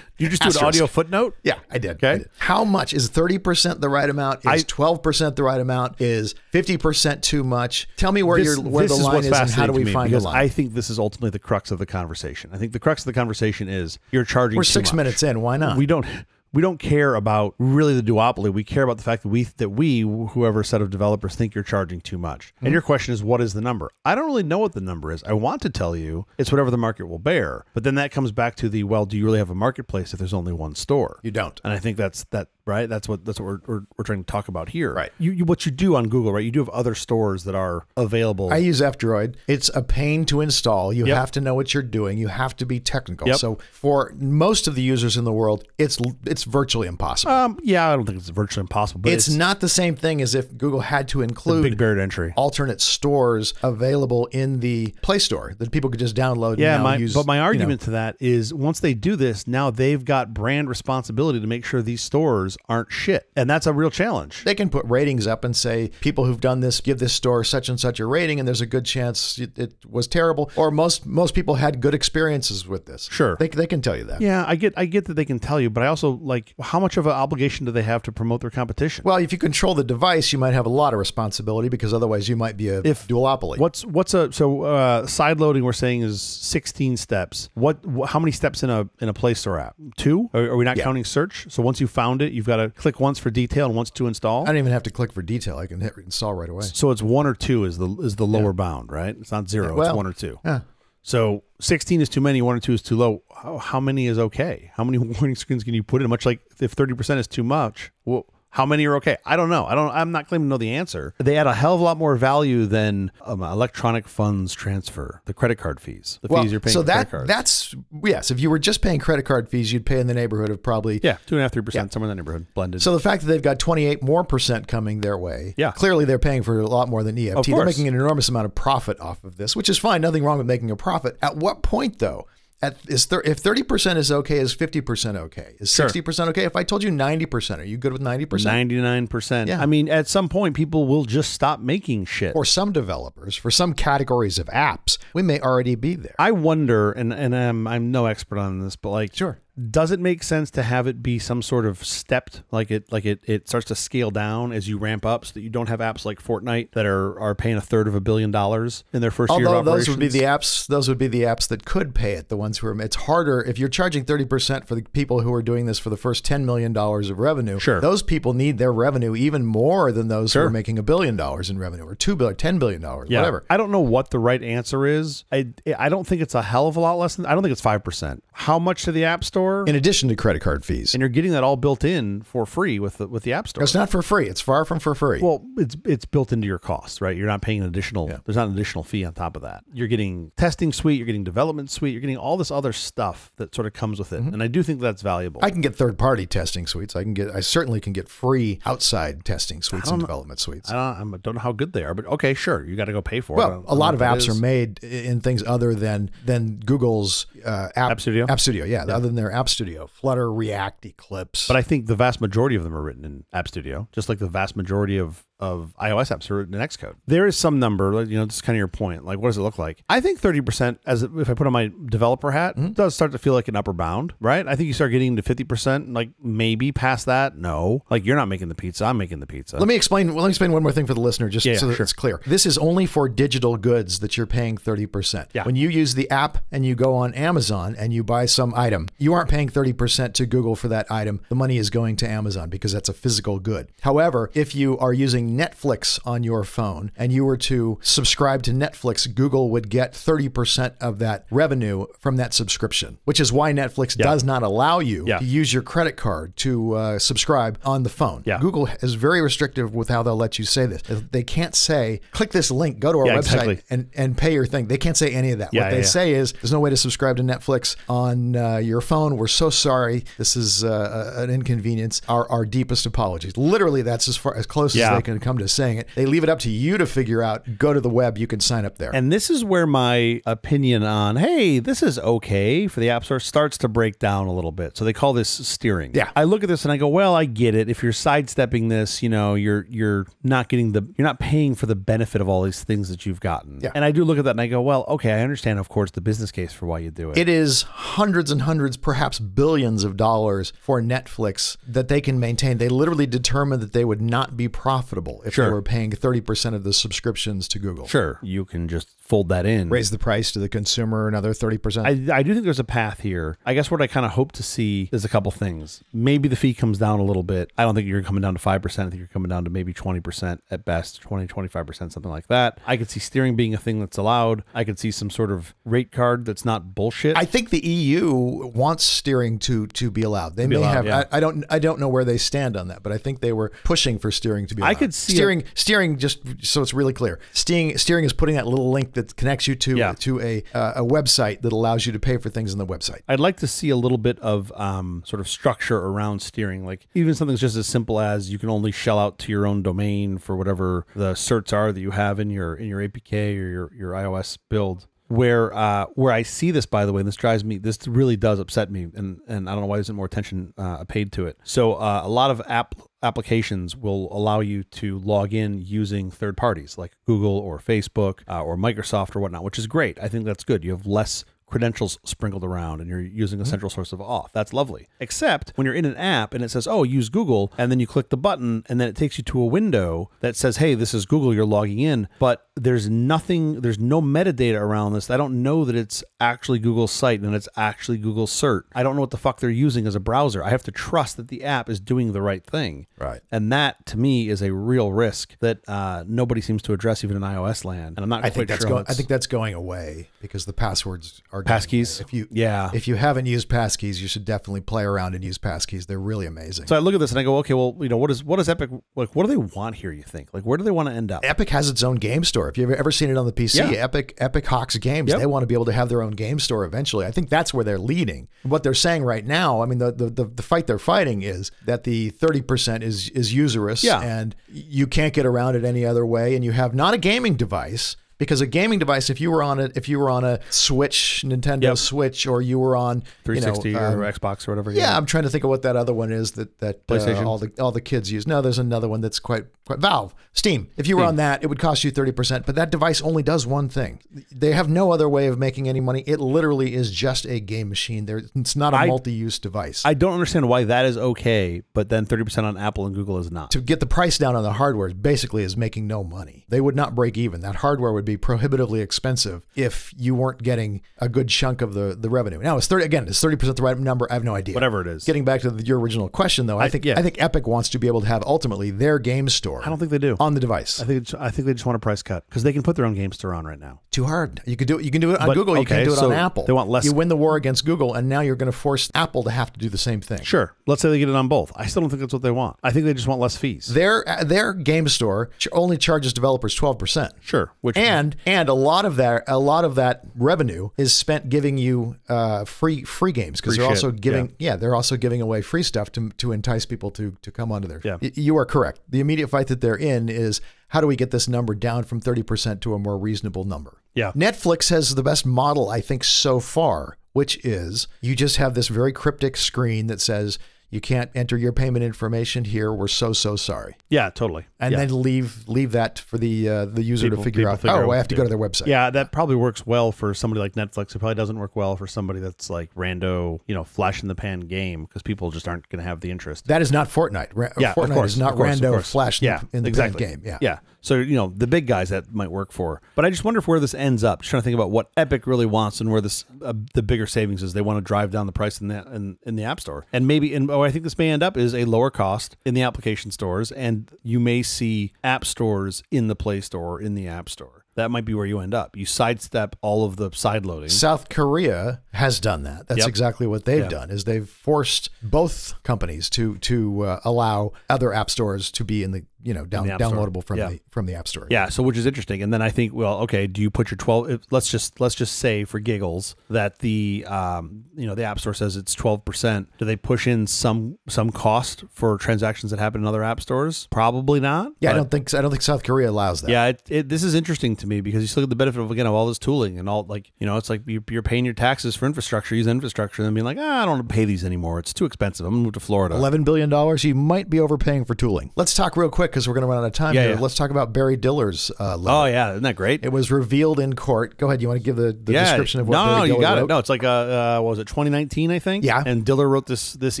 [SPEAKER 2] you just
[SPEAKER 1] Asterisk.
[SPEAKER 2] footnote
[SPEAKER 1] Yeah, I did.
[SPEAKER 2] Okay.
[SPEAKER 1] I did. How much is 30% the right amount?
[SPEAKER 2] I-
[SPEAKER 1] Is 12% the right amount? Is 50% too much? Tell me where
[SPEAKER 2] this,
[SPEAKER 1] your where
[SPEAKER 2] this
[SPEAKER 1] the
[SPEAKER 2] is
[SPEAKER 1] line
[SPEAKER 2] what's
[SPEAKER 1] is, and how do
[SPEAKER 2] fascinating
[SPEAKER 1] we
[SPEAKER 2] to me
[SPEAKER 1] find the
[SPEAKER 2] because
[SPEAKER 1] line?
[SPEAKER 2] I think this is ultimately the crux of the conversation. I think the crux of the conversation is you're charging.
[SPEAKER 1] We're
[SPEAKER 2] too
[SPEAKER 1] six
[SPEAKER 2] much.
[SPEAKER 1] minutes in. Why not?
[SPEAKER 2] we don't we don't care about really the duopoly. We care about the fact that we that we whoever set of developers think you're charging too much.
[SPEAKER 1] Hmm.
[SPEAKER 2] And your question is what is the number? I don't really know what the number is. I want to tell you it's whatever the market will bear. But then that comes back to the well, do you really have a marketplace if there's only one store?
[SPEAKER 1] you don't.
[SPEAKER 2] And I think that's that right. That's what that's what we're, we're, we're trying to talk about here.
[SPEAKER 1] Right.
[SPEAKER 2] You, you what you do on Google, right? You do have other stores that are available.
[SPEAKER 1] I use F-Droid. It's a pain to install. You
[SPEAKER 2] Yep.
[SPEAKER 1] have to know what you're doing. You have to be technical.
[SPEAKER 2] Yep.
[SPEAKER 1] So for most of the users in the world, it's it's virtually impossible.
[SPEAKER 2] um, yeah, I don't think it's virtually impossible. But
[SPEAKER 1] it's,
[SPEAKER 2] it's,
[SPEAKER 1] not the same thing as if Google had to
[SPEAKER 2] a
[SPEAKER 1] include
[SPEAKER 2] big barrier to entry.
[SPEAKER 1] alternate stores available in the Play Store that people could just download.
[SPEAKER 2] Yeah,
[SPEAKER 1] and now
[SPEAKER 2] my,
[SPEAKER 1] use,
[SPEAKER 2] but my
[SPEAKER 1] you know.
[SPEAKER 2] argument to that is once they do this, now they've got brand responsibility to make sure these stores aren't shit, and that's a real challenge.
[SPEAKER 1] They can put ratings up and say people who've done this give this store such and such a rating, and there's a good chance it, it was terrible, or most most people had good experiences with this.
[SPEAKER 2] Sure.
[SPEAKER 1] they, they can tell you that.
[SPEAKER 2] Yeah, I get I get that they can tell you, but I also like how much of an obligation do they have to promote their competition?
[SPEAKER 1] Well, if you control the device, you might have a lot of responsibility because otherwise you might be a
[SPEAKER 2] If-
[SPEAKER 1] duopoly.
[SPEAKER 2] What's what's a so uh, side loading? We're saying is sixteen steps. What wh- how many steps in a in a Play Store app? Two? Are, are we not counting search? So once you found it, you've got to click once for detail and once to install.
[SPEAKER 1] I don't even have to click for detail. I can hit install right away.
[SPEAKER 2] so it's one or two is the is the lower bound, right? It's not zero. it's
[SPEAKER 1] well,
[SPEAKER 2] one or two.
[SPEAKER 1] yeah.
[SPEAKER 2] So sixteen is too many. One or two is too low. How, how many is okay? How many warning screens can you put in? Much like if thirty percent is too much. Well, how many are okay? I don't know. I don't. I'm not claiming to know the answer. They add a hell of a lot more value than um, electronic funds transfer, the credit card fees, the
[SPEAKER 1] Well,
[SPEAKER 2] fees you're paying.
[SPEAKER 1] so
[SPEAKER 2] with credit
[SPEAKER 1] that
[SPEAKER 2] cards.
[SPEAKER 1] that's yes. If you were just paying credit card fees, you'd pay in the neighborhood of probably
[SPEAKER 2] yeah, two and a half, three percent, somewhere in that neighborhood, blended.
[SPEAKER 1] So the fact that they've got 28 more percent coming their way,
[SPEAKER 2] Yeah.
[SPEAKER 1] clearly they're paying for a lot more than EFT.
[SPEAKER 2] Of
[SPEAKER 1] They're
[SPEAKER 2] course.
[SPEAKER 1] making an enormous amount of profit off of this, which is fine. Nothing wrong with making a profit. At what point though? At, is there, if 30% is okay, is 50% okay? Is 60% okay? If I told you 90%, are you good with 90%?
[SPEAKER 2] Ninety-nine percent.
[SPEAKER 1] Yeah.
[SPEAKER 2] I mean, at some point, people will just stop making shit.
[SPEAKER 1] For some developers, for some categories of apps, we may already be there.
[SPEAKER 2] I wonder, and and I'm I'm no expert on this, but like,
[SPEAKER 1] Sure.
[SPEAKER 2] does it make sense to have it be some sort of stepped, like it like it it starts to scale down as you ramp up, so that you don't have apps like Fortnite that are are paying a third of a billion dollars in their first year
[SPEAKER 1] Although
[SPEAKER 2] of
[SPEAKER 1] those
[SPEAKER 2] operations?
[SPEAKER 1] would be the apps, those would be the apps that could pay it. The ones who are, it's harder if you're charging 30% for the people who are doing this for the first $10 million of revenue.
[SPEAKER 2] Sure.
[SPEAKER 1] Those people need their revenue even more than those who are making a billion dollars in revenue or two billion, $10 billion, whatever.
[SPEAKER 2] I don't know what the right answer is. I I don't think it's a hell of a lot less than I don't think it's five percent. How much to the app store?
[SPEAKER 1] In addition to credit card fees.
[SPEAKER 2] and you're getting that all built in for free with the, with the app store.
[SPEAKER 1] It's not for free. It's far from for free.
[SPEAKER 2] Well, it's it's built into your costs, right? You're not paying an additional. There's not an additional fee on top of that. You're getting testing suite, you're getting development suite, you're getting all this other stuff that sort of comes with it, and I do think that's valuable.
[SPEAKER 1] Mm-hmm. I can get third party testing suites. I can get, I certainly can get free outside testing suites and development suites.
[SPEAKER 2] I don't, I don't know how good they are, but okay, sure, you got to go pay for it. I
[SPEAKER 1] Well,
[SPEAKER 2] don't-
[SPEAKER 1] a lot
[SPEAKER 2] I
[SPEAKER 1] of
[SPEAKER 2] don't know what
[SPEAKER 1] apps
[SPEAKER 2] it
[SPEAKER 1] are
[SPEAKER 2] is.
[SPEAKER 1] made i- in things other than than Google's uh, app,
[SPEAKER 2] App Studio?
[SPEAKER 1] App Studio, yeah, other than their App Studio, Flutter, React, Eclipse.
[SPEAKER 2] but I think the vast majority of them are written in App Studio, just like the vast majority of, of iOS apps are written in Xcode. There is some number, like, you know, this is kind of your point. Like, what does it look like? I think 30%, as if I put on my developer hat, does start to feel like an upper bound, right? I think you start getting to 50%, like maybe past that. No, like you're not making the pizza, I'm making the pizza.
[SPEAKER 1] let me explain. Well, let me explain one more thing for the listener, just
[SPEAKER 2] Yeah,
[SPEAKER 1] so that
[SPEAKER 2] sure.
[SPEAKER 1] it's clear. This is only for digital goods that you're paying thirty percent.
[SPEAKER 2] Yeah.
[SPEAKER 1] When you use the app and you go on Amazon and you buy some item, you aren't paying thirty percent to Google for that item. The money is going to Amazon because that's a physical good. However, if you are using Netflix on your phone and you were to subscribe to Netflix, Google would get thirty percent of that revenue from that subscription, which is why Netflix does not allow you
[SPEAKER 2] Yeah.
[SPEAKER 1] to use your credit card to uh, subscribe on the phone.
[SPEAKER 2] Yeah.
[SPEAKER 1] Google is very restrictive with how they'll let you say this. They can't say, click this link, go to our
[SPEAKER 2] Yeah,
[SPEAKER 1] website
[SPEAKER 2] exactly.
[SPEAKER 1] and, and pay your thing. They can't say any of that.
[SPEAKER 2] Yeah,
[SPEAKER 1] what
[SPEAKER 2] yeah,
[SPEAKER 1] they
[SPEAKER 2] yeah.
[SPEAKER 1] say is, there's no way to subscribe to Netflix on uh, your phone. We're so sorry. This is uh, an inconvenience. Our, our deepest apologies. Literally, that's as far as close
[SPEAKER 2] Yeah.
[SPEAKER 1] as they can come to saying it. They leave it up to you to figure out, go to the web, you can sign up there.
[SPEAKER 2] And this is where my opinion on, hey, this is okay for the App Store starts to break down a little bit. So they call this steering.
[SPEAKER 1] Yeah.
[SPEAKER 2] I look at this and I go, well, I get it. If you're sidestepping this, you know, you're you're not getting the you're not paying for the benefit of all these things that you've gotten.
[SPEAKER 1] Yeah.
[SPEAKER 2] And I do look at that and I go, well, okay, I understand, of course, the business case for why you do it.
[SPEAKER 1] It is hundreds and hundreds, perhaps billions of dollars for Netflix that they can maintain. They literally determined that they would not be profitable if they
[SPEAKER 2] Sure.
[SPEAKER 1] were paying 30% of the subscriptions to Google.
[SPEAKER 2] sure. You can just fold that in.
[SPEAKER 1] Raise the price to the consumer another 30%.
[SPEAKER 2] I, I do think there's a path here. I guess what I kind of hope to see is a couple things. Maybe the fee comes down a little bit. I don't think you're coming down to 5%. I think you're coming down to maybe 20% at best, 20, 25%, something like that. I could see steering being a thing that's allowed. I could see some sort of rate card that's not bullshit.
[SPEAKER 1] I think the EU wants steering to to be allowed. They may
[SPEAKER 2] allowed,
[SPEAKER 1] have.
[SPEAKER 2] yeah.
[SPEAKER 1] I, I don't. I don't know where they stand on that, but I think they were pushing for steering to be.
[SPEAKER 2] I
[SPEAKER 1] allowed.
[SPEAKER 2] could see
[SPEAKER 1] steering. steering just so it's really clear. Steering. Steering is putting that little link that connects you to
[SPEAKER 2] Yeah.
[SPEAKER 1] to a uh, a website that allows you to pay for things on the website.
[SPEAKER 2] I'd like to see a little bit of um, sort of structure around steering, like even something's just as simple as you can only shell out to your own domain for whatever the certs are that you have in your in your APK or your your iOS build. Where uh, where I see this, by the way, and this drives me, this really does upset me, and and I don't know why isn't more attention uh, paid to it. So uh, a lot of app applications will allow you to log in using third parties like Google or Facebook uh, or Microsoft or whatnot, which is great. I think that's good. You have less credentials sprinkled around and you're using
[SPEAKER 1] Mm-hmm.
[SPEAKER 2] a central source of auth. That's lovely. Except when you're in an app and it says, oh, use Google, and then you click the button and then it takes you to a window that says, hey, this is Google, you're logging in. But there's nothing, there's no metadata around this. I don't know that it's actually Google's site and it's actually Google Cert. I don't know what the fuck they're using as a browser. I have to trust that the app is doing the right thing.
[SPEAKER 1] Right.
[SPEAKER 2] And that to me is a real risk that uh, nobody seems to address even in iOS land. And I'm not
[SPEAKER 1] I
[SPEAKER 2] quite
[SPEAKER 1] think that's
[SPEAKER 2] sure. how
[SPEAKER 1] going. I
[SPEAKER 2] that's-
[SPEAKER 1] think that's going away because the passwords are going
[SPEAKER 2] Passkeys?
[SPEAKER 1] away. If you
[SPEAKER 2] Yeah.
[SPEAKER 1] if you haven't used passkeys, you should definitely play around and use passkeys. They're really amazing.
[SPEAKER 2] So I look at this and I go, okay, well, you know, what is what is Epic like? What do they want here? You think like where do they want to end up?
[SPEAKER 1] uh, Epic has its own game store. If you've ever seen it on the PC,
[SPEAKER 2] Yeah.
[SPEAKER 1] Epic Epic Hawks Games,
[SPEAKER 2] Yep.
[SPEAKER 1] they want to be able to have their own game store eventually. I think that's where they're leading. What they're saying right now, I mean, the the, the, the fight they're fighting is that the thirty percent is is usurious,
[SPEAKER 2] Yeah.
[SPEAKER 1] and you can't get around it any other way, and you have not a gaming device. Because a gaming device, if you were on it, if you were on a Switch, Nintendo
[SPEAKER 2] Yep.
[SPEAKER 1] Switch, or you were on you know,
[SPEAKER 2] 360
[SPEAKER 1] um,
[SPEAKER 2] or Xbox or whatever.
[SPEAKER 1] yeah, I'm trying to think of what that other one is that that uh,
[SPEAKER 2] PlayStation?
[SPEAKER 1] all the all the kids use. No, there's another one that's quite, quite Valve, Steam. If you were on that, it would cost you 30%, but that device only does one thing. They have no other way of making any money. It literally is just a game machine. There it's not a
[SPEAKER 2] I-
[SPEAKER 1] multi-use device.
[SPEAKER 2] I don't understand why that is okay, but then 30% on Apple and Google is not.
[SPEAKER 1] to get the price down on the hardware basically is making no money. They would not break even. That hardware would be prohibitively expensive if you weren't getting a good chunk of the, the revenue. Now, it's 30 again, it's 30% the right number? I have no idea.
[SPEAKER 2] Whatever it is.
[SPEAKER 1] Getting back to the, your original question though, I, think
[SPEAKER 2] yeah.
[SPEAKER 1] I think Epic wants to be able to have ultimately their game store.
[SPEAKER 2] I don't think they do.
[SPEAKER 1] on the device.
[SPEAKER 2] I think it's- I think they just want a price cut because they can put their own game store on right now.
[SPEAKER 1] Too hard. You could do it. You can do it on
[SPEAKER 2] But,
[SPEAKER 1] Google. you
[SPEAKER 2] okay,
[SPEAKER 1] can do it
[SPEAKER 2] so
[SPEAKER 1] on Apple.
[SPEAKER 2] they want less-
[SPEAKER 1] You win the war against Google, and now you're going to force Apple to have to do the same thing.
[SPEAKER 2] Sure, let's say they get it on both. I still don't think that's what they want. I think they just want less fees.
[SPEAKER 1] Their their game store ch- only charges developers twelve percent.
[SPEAKER 2] sure, which
[SPEAKER 1] And and a lot of that a lot of that revenue is spent giving you uh, free free games because they're
[SPEAKER 2] shit,
[SPEAKER 1] also giving yeah. they're also giving away free stuff to to entice people to to come onto their
[SPEAKER 2] Yeah.
[SPEAKER 1] Y- you are correct the immediate fight that they're in is how do we get this number down from thirty percent to a more reasonable number
[SPEAKER 2] Yeah.
[SPEAKER 1] Netflix has the best model I think so far which is you just have this very cryptic screen that says you can't enter your payment information here we're so so sorry
[SPEAKER 2] yeah, totally.
[SPEAKER 1] and
[SPEAKER 2] yeah.
[SPEAKER 1] then leave leave that for the uh, the user
[SPEAKER 2] People-
[SPEAKER 1] to figure
[SPEAKER 2] people
[SPEAKER 1] out.
[SPEAKER 2] figure out
[SPEAKER 1] oh,
[SPEAKER 2] what
[SPEAKER 1] I have to
[SPEAKER 2] to
[SPEAKER 1] go
[SPEAKER 2] do.
[SPEAKER 1] to their website.
[SPEAKER 2] Yeah, that probably works well for somebody like Netflix. It probably doesn't work well for somebody that's like rando, you know, flash in the pan game because people just aren't going to have the interest.
[SPEAKER 1] That is not Fortnite. Ra-
[SPEAKER 2] yeah,
[SPEAKER 1] Fortnite
[SPEAKER 2] of course,
[SPEAKER 1] is not
[SPEAKER 2] of course, of
[SPEAKER 1] rando
[SPEAKER 2] course.
[SPEAKER 1] flash in
[SPEAKER 2] yeah,
[SPEAKER 1] the- in the
[SPEAKER 2] exactly.
[SPEAKER 1] game. Yeah.
[SPEAKER 2] yeah. So you know the big guys that might work for, but I just wonder if where this ends up. Just trying to think about what Epic really wants and where this uh, the bigger savings is. They want to drive down the price in the in, in the App Store, and maybe and oh, I think this may end up is a lower cost in the application stores, and you may see app stores in the Play Store or in the App Store. That might be where you end up. You sidestep all of the side loading.
[SPEAKER 1] South Korea has done that. That's
[SPEAKER 2] Yep.
[SPEAKER 1] exactly what they've done. Is they've forced both companies to to uh, allow other app stores to be in the you know down,
[SPEAKER 2] the app store.
[SPEAKER 1] downloadable from
[SPEAKER 2] Yeah.
[SPEAKER 1] the from the app store.
[SPEAKER 2] Yeah, so which is interesting. And then I think, well, okay, do you put your twelve? if- Let's just let's just say for giggles that the um, you know the App Store says it's twelve percent. Do they push in some some cost for transactions that happen in other app stores? Probably not.
[SPEAKER 1] yeah. I
[SPEAKER 2] but-
[SPEAKER 1] don't think I don't think South Korea allows that.
[SPEAKER 2] yeah, it, it, this is interesting to me because you still get the benefit of again of all this tooling and all like you know it's like you're, you're paying your taxes for infrastructure, use infrastructure, and being like, ah, I don't want to pay these anymore. It's too expensive. I'm gonna move to Florida.
[SPEAKER 1] $11 billion, you might be overpaying for tooling. Let's talk real quick because we're going to run out of time
[SPEAKER 2] Yeah,
[SPEAKER 1] here.
[SPEAKER 2] yeah.
[SPEAKER 1] Let's talk about Barry Diller's uh, letter.
[SPEAKER 2] Oh yeah, isn't that great?
[SPEAKER 1] It was revealed in court. Go ahead. You want to give the, the description of what
[SPEAKER 2] no, no,
[SPEAKER 1] Barry
[SPEAKER 2] no, you
[SPEAKER 1] Diller
[SPEAKER 2] got
[SPEAKER 1] wrote?
[SPEAKER 2] it. No, it's like uh, uh, what was it 2019, I think.
[SPEAKER 1] Yeah.
[SPEAKER 2] And Diller wrote this this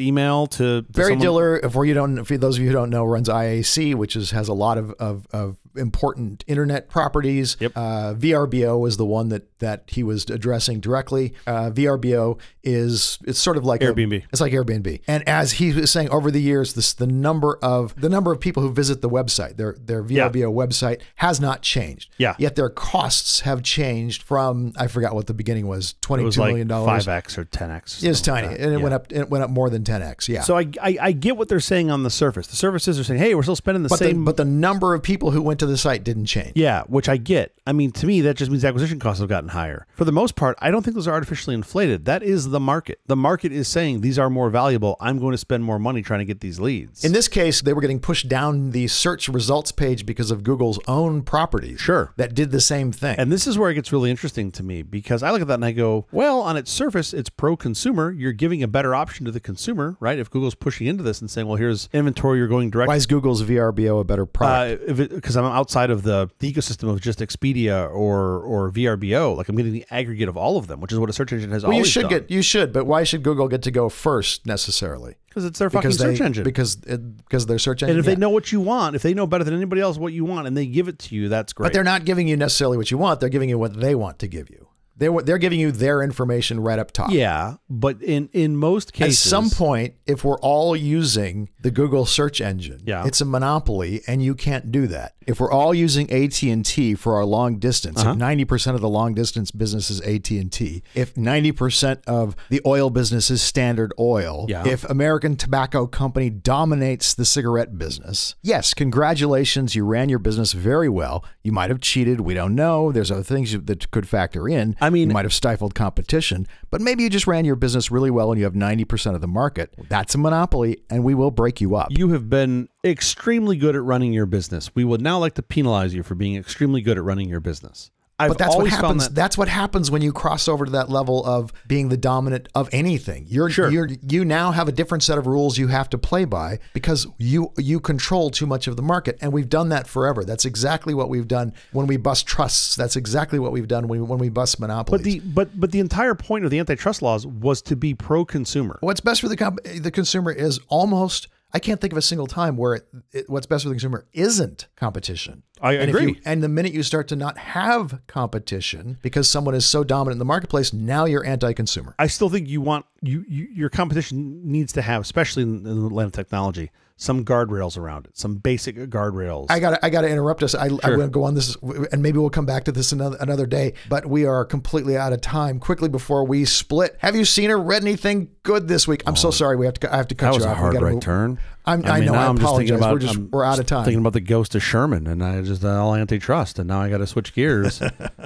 [SPEAKER 2] email to, to
[SPEAKER 1] Barry
[SPEAKER 2] someone-
[SPEAKER 1] Diller, if for you don't, for those of you who don't know, runs IAC, which is has a lot of of, of important internet properties.
[SPEAKER 2] Yep.
[SPEAKER 1] Uh, VRBO was the one that that he was addressing directly. Uh, VRBO is it's sort of like a-
[SPEAKER 2] Airbnb.
[SPEAKER 1] it's like Airbnb. And as he was saying, over the years, this the number of the number of people who visit the website, their their VRBO website, has not changed.
[SPEAKER 2] Yeah.
[SPEAKER 1] Yet their costs have changed from I forgot what the beginning was
[SPEAKER 2] It
[SPEAKER 1] twenty
[SPEAKER 2] was
[SPEAKER 1] two
[SPEAKER 2] like
[SPEAKER 1] million dollars.
[SPEAKER 2] five x or ten x.
[SPEAKER 1] It was tiny, and it went up. It went up more than ten x. Yeah.
[SPEAKER 2] So I, I I get what they're saying on the surface. The services are saying, hey, we're still spending the
[SPEAKER 1] But
[SPEAKER 2] same.
[SPEAKER 1] the, but the number of people who went to the site didn't change.
[SPEAKER 2] yeah, which I get. I mean, to me, that just means acquisition costs have gotten higher. For the most part, I don't think those are artificially inflated. That is the market. The market is saying these are more valuable. I'm going to spend more money trying to get these leads.
[SPEAKER 1] In this case, they were getting pushed down the search results page because of Google's own properties.
[SPEAKER 2] Sure.
[SPEAKER 1] That did the same thing.
[SPEAKER 2] And this is where it gets really interesting to me because I look at that and I go, well, on its surface, it's pro consumer. You're giving a better option to the consumer, right? If Google's pushing into this and saying, well, here's inventory you're going direct. Uh,
[SPEAKER 1] Why is Google's VRBO a better product?
[SPEAKER 2] Because I'm, outside of the, the ecosystem of just Expedia or or VRBO. Like I'm getting the aggregate of all of them, which is what a search engine has
[SPEAKER 1] Well, you
[SPEAKER 2] always
[SPEAKER 1] should get you should, but why should Google get to go first necessarily?
[SPEAKER 2] because it's their fucking
[SPEAKER 1] Because
[SPEAKER 2] search
[SPEAKER 1] they,
[SPEAKER 2] engine.
[SPEAKER 1] because it, because their search engine.
[SPEAKER 2] and if
[SPEAKER 1] yeah.
[SPEAKER 2] they know what you want, if they know better than anybody else what you want, and they give it to you, that's great.
[SPEAKER 1] but they're not giving you necessarily what you want. They're giving you what they want to give you. They wa- they're giving you their information right up top.
[SPEAKER 2] yeah, but in in most
[SPEAKER 1] At
[SPEAKER 2] cases,
[SPEAKER 1] some point, if we're all using the Google search engine,
[SPEAKER 2] Yeah.
[SPEAKER 1] it's a monopoly, and you can't do that. If we're all using AT and T for our long distance,
[SPEAKER 2] Uh-huh.
[SPEAKER 1] if ninety percent of the long distance business is AT and T, if ninety percent of the oil business is Standard Oil,
[SPEAKER 2] Yeah.
[SPEAKER 1] if American Tobacco Company dominates the cigarette business, yes, congratulations, you ran your business very well. You might have cheated, we don't know. There's other things you- that could factor in.
[SPEAKER 2] I mean-
[SPEAKER 1] You might might have stifled competition, but maybe you just ran your business really well and you have 90% of the market. That's a monopoly and we will break you up.
[SPEAKER 2] you have been extremely good at running your business. We would now like to penalize you for being extremely good at running your business. I've
[SPEAKER 1] but that's what
[SPEAKER 2] always found
[SPEAKER 1] happens.
[SPEAKER 2] that
[SPEAKER 1] That's what happens when you cross over to that level of being the dominant of anything. You're,
[SPEAKER 2] Sure.
[SPEAKER 1] you're you now have a different set of rules you have to play by because you you control too much of the market, and we've done that forever. That's exactly what we've done when we bust trusts. That's exactly what we've done when we, when we bust monopolies.
[SPEAKER 2] But the but but the entire point of the antitrust laws was to be pro-consumer.
[SPEAKER 1] what's best for the comp- the consumer is almost I can't think of a single time where it, it, what's best for the consumer isn't competition.
[SPEAKER 2] I
[SPEAKER 1] and if
[SPEAKER 2] agree.
[SPEAKER 1] you- and the minute you start to not have competition because someone is so dominant in the marketplace, now you're anti-consumer.
[SPEAKER 2] I still think you want you, you your competition needs to have, especially in, in the land of technology, some guardrails around it, some basic guardrails.
[SPEAKER 1] I got I got to interrupt us. I, I'm going to go on this, and maybe we'll come back to this another another day. But we are completely out of time. Quickly before we split, have you seen or read anything good this week? I'm so sorry. We have to. I have to cut you
[SPEAKER 2] Oh, that was a
[SPEAKER 1] off. We
[SPEAKER 2] hard
[SPEAKER 1] gotta
[SPEAKER 2] right
[SPEAKER 1] move-
[SPEAKER 2] turn.
[SPEAKER 1] I'm, I,
[SPEAKER 2] mean,
[SPEAKER 1] know. I
[SPEAKER 2] now I'm
[SPEAKER 1] apologize.
[SPEAKER 2] just thinking about
[SPEAKER 1] we're just
[SPEAKER 2] I'm
[SPEAKER 1] we're out of time.
[SPEAKER 2] Thinking about the ghost of Sherman, and I just uh, all antitrust, and now I got to switch gears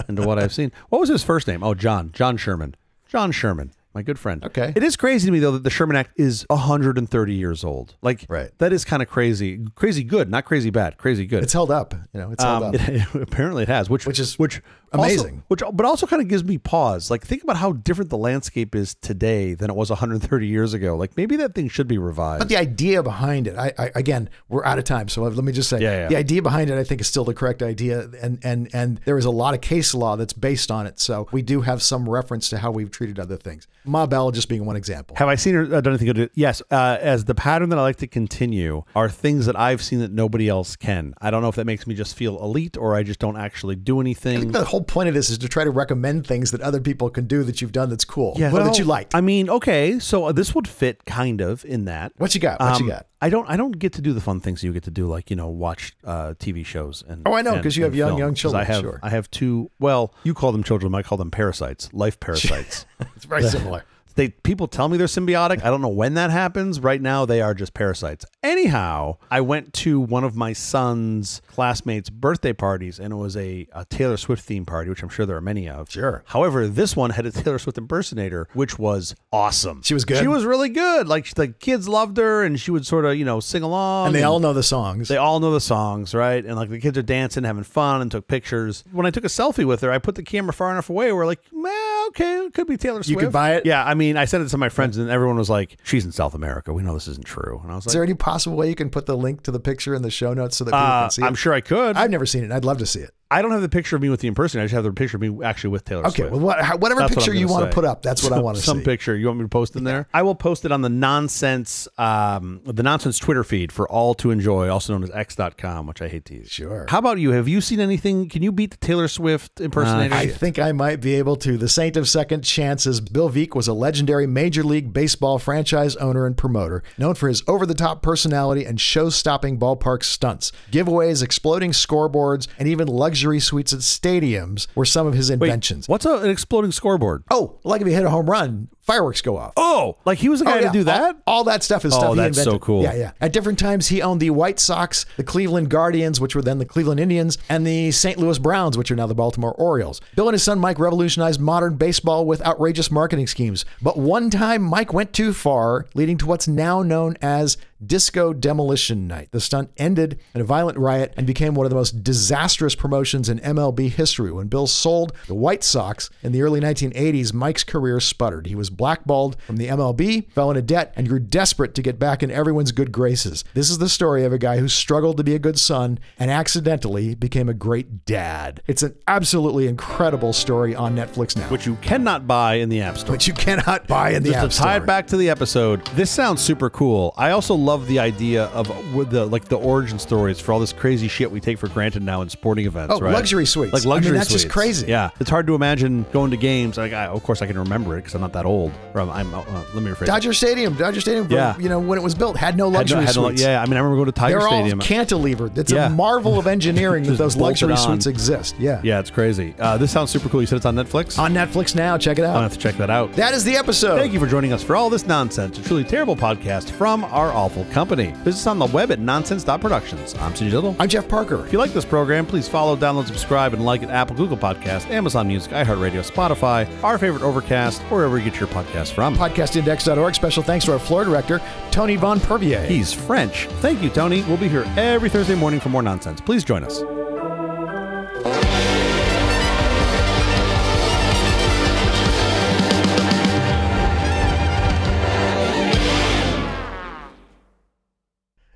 [SPEAKER 2] into what I've seen. What was his first name? Oh, John. John Sherman. John Sherman. My good friend.
[SPEAKER 1] Okay.
[SPEAKER 2] It is crazy to me though that the Sherman Act is 130 years old. Like
[SPEAKER 1] Right.
[SPEAKER 2] that is kind of crazy. Crazy good, not crazy bad. Crazy good.
[SPEAKER 1] it's held up. You know, it's held
[SPEAKER 2] Um,
[SPEAKER 1] up.
[SPEAKER 2] it- apparently it has, which
[SPEAKER 1] Which is
[SPEAKER 2] which
[SPEAKER 1] amazing.
[SPEAKER 2] also- which but also kind of gives me pause. Like think about how different the landscape is today than it was 130 years ago. Like maybe that thing should be
[SPEAKER 1] But
[SPEAKER 2] revised.
[SPEAKER 1] the idea behind it, I, I again, we're out of time, so let me just say,
[SPEAKER 2] Yeah, yeah.
[SPEAKER 1] the idea behind it, I think, is still the correct idea, and and and there is a lot of case law that's based on it, so we do have some reference to how we've treated other things. Ma Bell just being one example.
[SPEAKER 2] Have I seen or uh, done anything good? Yes. Uh, as the pattern that I like to continue are things that I've seen that nobody else can. I don't know if that makes me just feel elite or I just don't actually do anything.
[SPEAKER 1] The whole point of this is to try to recommend things that other people can do that you've done that's cool, or that you liked.
[SPEAKER 2] I mean, okay, so uh, this would fit kind of in that. Um,
[SPEAKER 1] What you got? What you got?
[SPEAKER 2] I don't. I don't get to do the fun things you get to do, like you know, watch uh, TV shows and.
[SPEAKER 1] Oh, I know,
[SPEAKER 2] and-
[SPEAKER 1] 'cause you
[SPEAKER 2] and
[SPEAKER 1] have young-
[SPEAKER 2] film.
[SPEAKER 1] young
[SPEAKER 2] 'Cause
[SPEAKER 1] children,
[SPEAKER 2] I have.
[SPEAKER 1] sure.
[SPEAKER 2] I have two. Well, you call them children. I call them parasites, life parasites.
[SPEAKER 1] it's very similar.
[SPEAKER 2] they people tell me they're symbiotic. I don't know when that happens. Right now, they are just parasites. Anyhow, I went to one of my son's classmates' birthday parties, and it was a, a Taylor Swift theme party, which I'm sure there are many of.
[SPEAKER 1] Sure.
[SPEAKER 2] However, this one had a Taylor Swift impersonator, which was awesome.
[SPEAKER 1] She was good?
[SPEAKER 2] She was really good. Like the kids loved her, and she would sort of you know sing along.
[SPEAKER 1] And they all know the songs.
[SPEAKER 2] They all know the songs, right? And like the kids are dancing, having fun, and took pictures. When I took a selfie with her, I put the camera far enough away where like, "Meh, okay, it could be Taylor Swift.
[SPEAKER 1] could buy it?
[SPEAKER 2] Yeah, I mean, I sent it to my friends, and everyone was like, "She's in South America. We know this isn't true." And I was
[SPEAKER 1] is
[SPEAKER 2] like,
[SPEAKER 1] there any possible way you can put the link to the picture in the show notes so that people
[SPEAKER 2] uh,
[SPEAKER 1] can see it?
[SPEAKER 2] "I'm sure I could. I,
[SPEAKER 1] I've never seen it. I'd love to see it.
[SPEAKER 2] don't have the picture of me with the impersonator. I just have the picture of me actually with Taylor
[SPEAKER 1] Okay,
[SPEAKER 2] Swift."
[SPEAKER 1] well, what, how- whatever
[SPEAKER 2] That's what
[SPEAKER 1] picture
[SPEAKER 2] I'm
[SPEAKER 1] you
[SPEAKER 2] gonna
[SPEAKER 1] want to
[SPEAKER 2] say.
[SPEAKER 1] put up, that's what I want to see.
[SPEAKER 2] Some picture you want me to post in there? I will post it on the nonsense, um, the nonsense Twitter feed for all to enjoy, also known as X.com, which I hate to use.
[SPEAKER 1] Sure.
[SPEAKER 2] How about you? Have you seen anything? Can you beat the Taylor Swift impersonator?
[SPEAKER 1] Uh, I think I might be able to. The Saint of Second Chances. Bill Veeck was a legendary Major League Baseball franchise owner and promoter, known for his over the top personality and show stopping ballpark stunts. Giveaways, exploding scoreboards, and even luxury suites at stadiums were some of his inventions.
[SPEAKER 2] What's a, an exploding scoreboard?
[SPEAKER 1] Oh, like if you hit a home run, fireworks go off.
[SPEAKER 2] Oh, like he was the guy
[SPEAKER 1] yeah. Oh.
[SPEAKER 2] to do that? Oh,
[SPEAKER 1] All, all that stuff is stuff he
[SPEAKER 2] that's so
[SPEAKER 1] invented.
[SPEAKER 2] cool.
[SPEAKER 1] Yeah, yeah. At different times, he owned the White Sox, the Cleveland Guardians, which were then the Cleveland Indians, and the St. Louis Browns, which are now the Baltimore Orioles. Bill and his son Mike revolutionized modern baseball with outrageous marketing schemes. But one time, Mike went too far, leading to what's now known as Disco Demolition Night. The stunt ended in a violent riot and became one of the most disastrous promotions in MLB history. When Bill sold the White Sox in the early 1980s, Mike's career sputtered. He was blackballed from the MLB, fell into debt, and grew desperate to get back in everyone's good graces. This is the story of a guy who struggled to be a good son and accidentally became a great dad. It's an absolutely incredible story on Netflix now, which,
[SPEAKER 2] which you cannot buy in the App Store.
[SPEAKER 1] you cannot buy in the
[SPEAKER 2] just
[SPEAKER 1] App
[SPEAKER 2] to tie
[SPEAKER 1] Store.
[SPEAKER 2] it back to the episode this sounds super cool i also love the idea of with the like the origin stories for all this crazy shit we take for granted now in sporting events
[SPEAKER 1] Oh,
[SPEAKER 2] right
[SPEAKER 1] luxury suites.
[SPEAKER 2] like
[SPEAKER 1] I mean,
[SPEAKER 2] luxury
[SPEAKER 1] that's just
[SPEAKER 2] suites.
[SPEAKER 1] crazy.
[SPEAKER 2] yeah it's hard to imagine going to games like I, of course i can remember it because i'm not that old or i'm, I'm uh, uh, let me rephrase
[SPEAKER 1] Dodger Stadium, Dodger Stadium,
[SPEAKER 2] Yeah.
[SPEAKER 1] you know, when it was built, had no
[SPEAKER 2] Had no-
[SPEAKER 1] luxury
[SPEAKER 2] had no-
[SPEAKER 1] suites.
[SPEAKER 2] yeah i mean i remember going to tiger
[SPEAKER 1] They're
[SPEAKER 2] stadium
[SPEAKER 1] all cantilevered. It's
[SPEAKER 2] Yeah.
[SPEAKER 1] a marvel of engineering that
[SPEAKER 2] Just
[SPEAKER 1] those
[SPEAKER 2] bolted
[SPEAKER 1] luxury
[SPEAKER 2] on.
[SPEAKER 1] suites exist. Yeah.
[SPEAKER 2] yeah it's crazy uh, this sounds super cool you said it's on netflix
[SPEAKER 1] On Netflix now, check it
[SPEAKER 2] i'll
[SPEAKER 1] out.
[SPEAKER 2] have to check that out
[SPEAKER 1] That is the episode.
[SPEAKER 2] Thank you for joining us for all this nonsense, a truly terrible podcast from our awful company. Visit us on the web at nonsense.productions. I'm CJ Diddle.
[SPEAKER 1] I'm Jeff Parker.
[SPEAKER 2] If you like this program, please follow, download, subscribe, and like at Apple, Google Podcasts, Amazon Music, iHeartRadio, Spotify, our favorite Overcast, or wherever you get your podcast from.
[SPEAKER 1] Podcastindex.org. Special thanks to our floor director, Tony Von Pervier.
[SPEAKER 2] He's French. Thank you, Tony. We'll be here every Thursday morning for more nonsense. Please join us.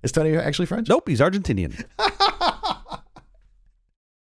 [SPEAKER 1] Is Tony actually French?
[SPEAKER 2] Nope, he's Argentinian.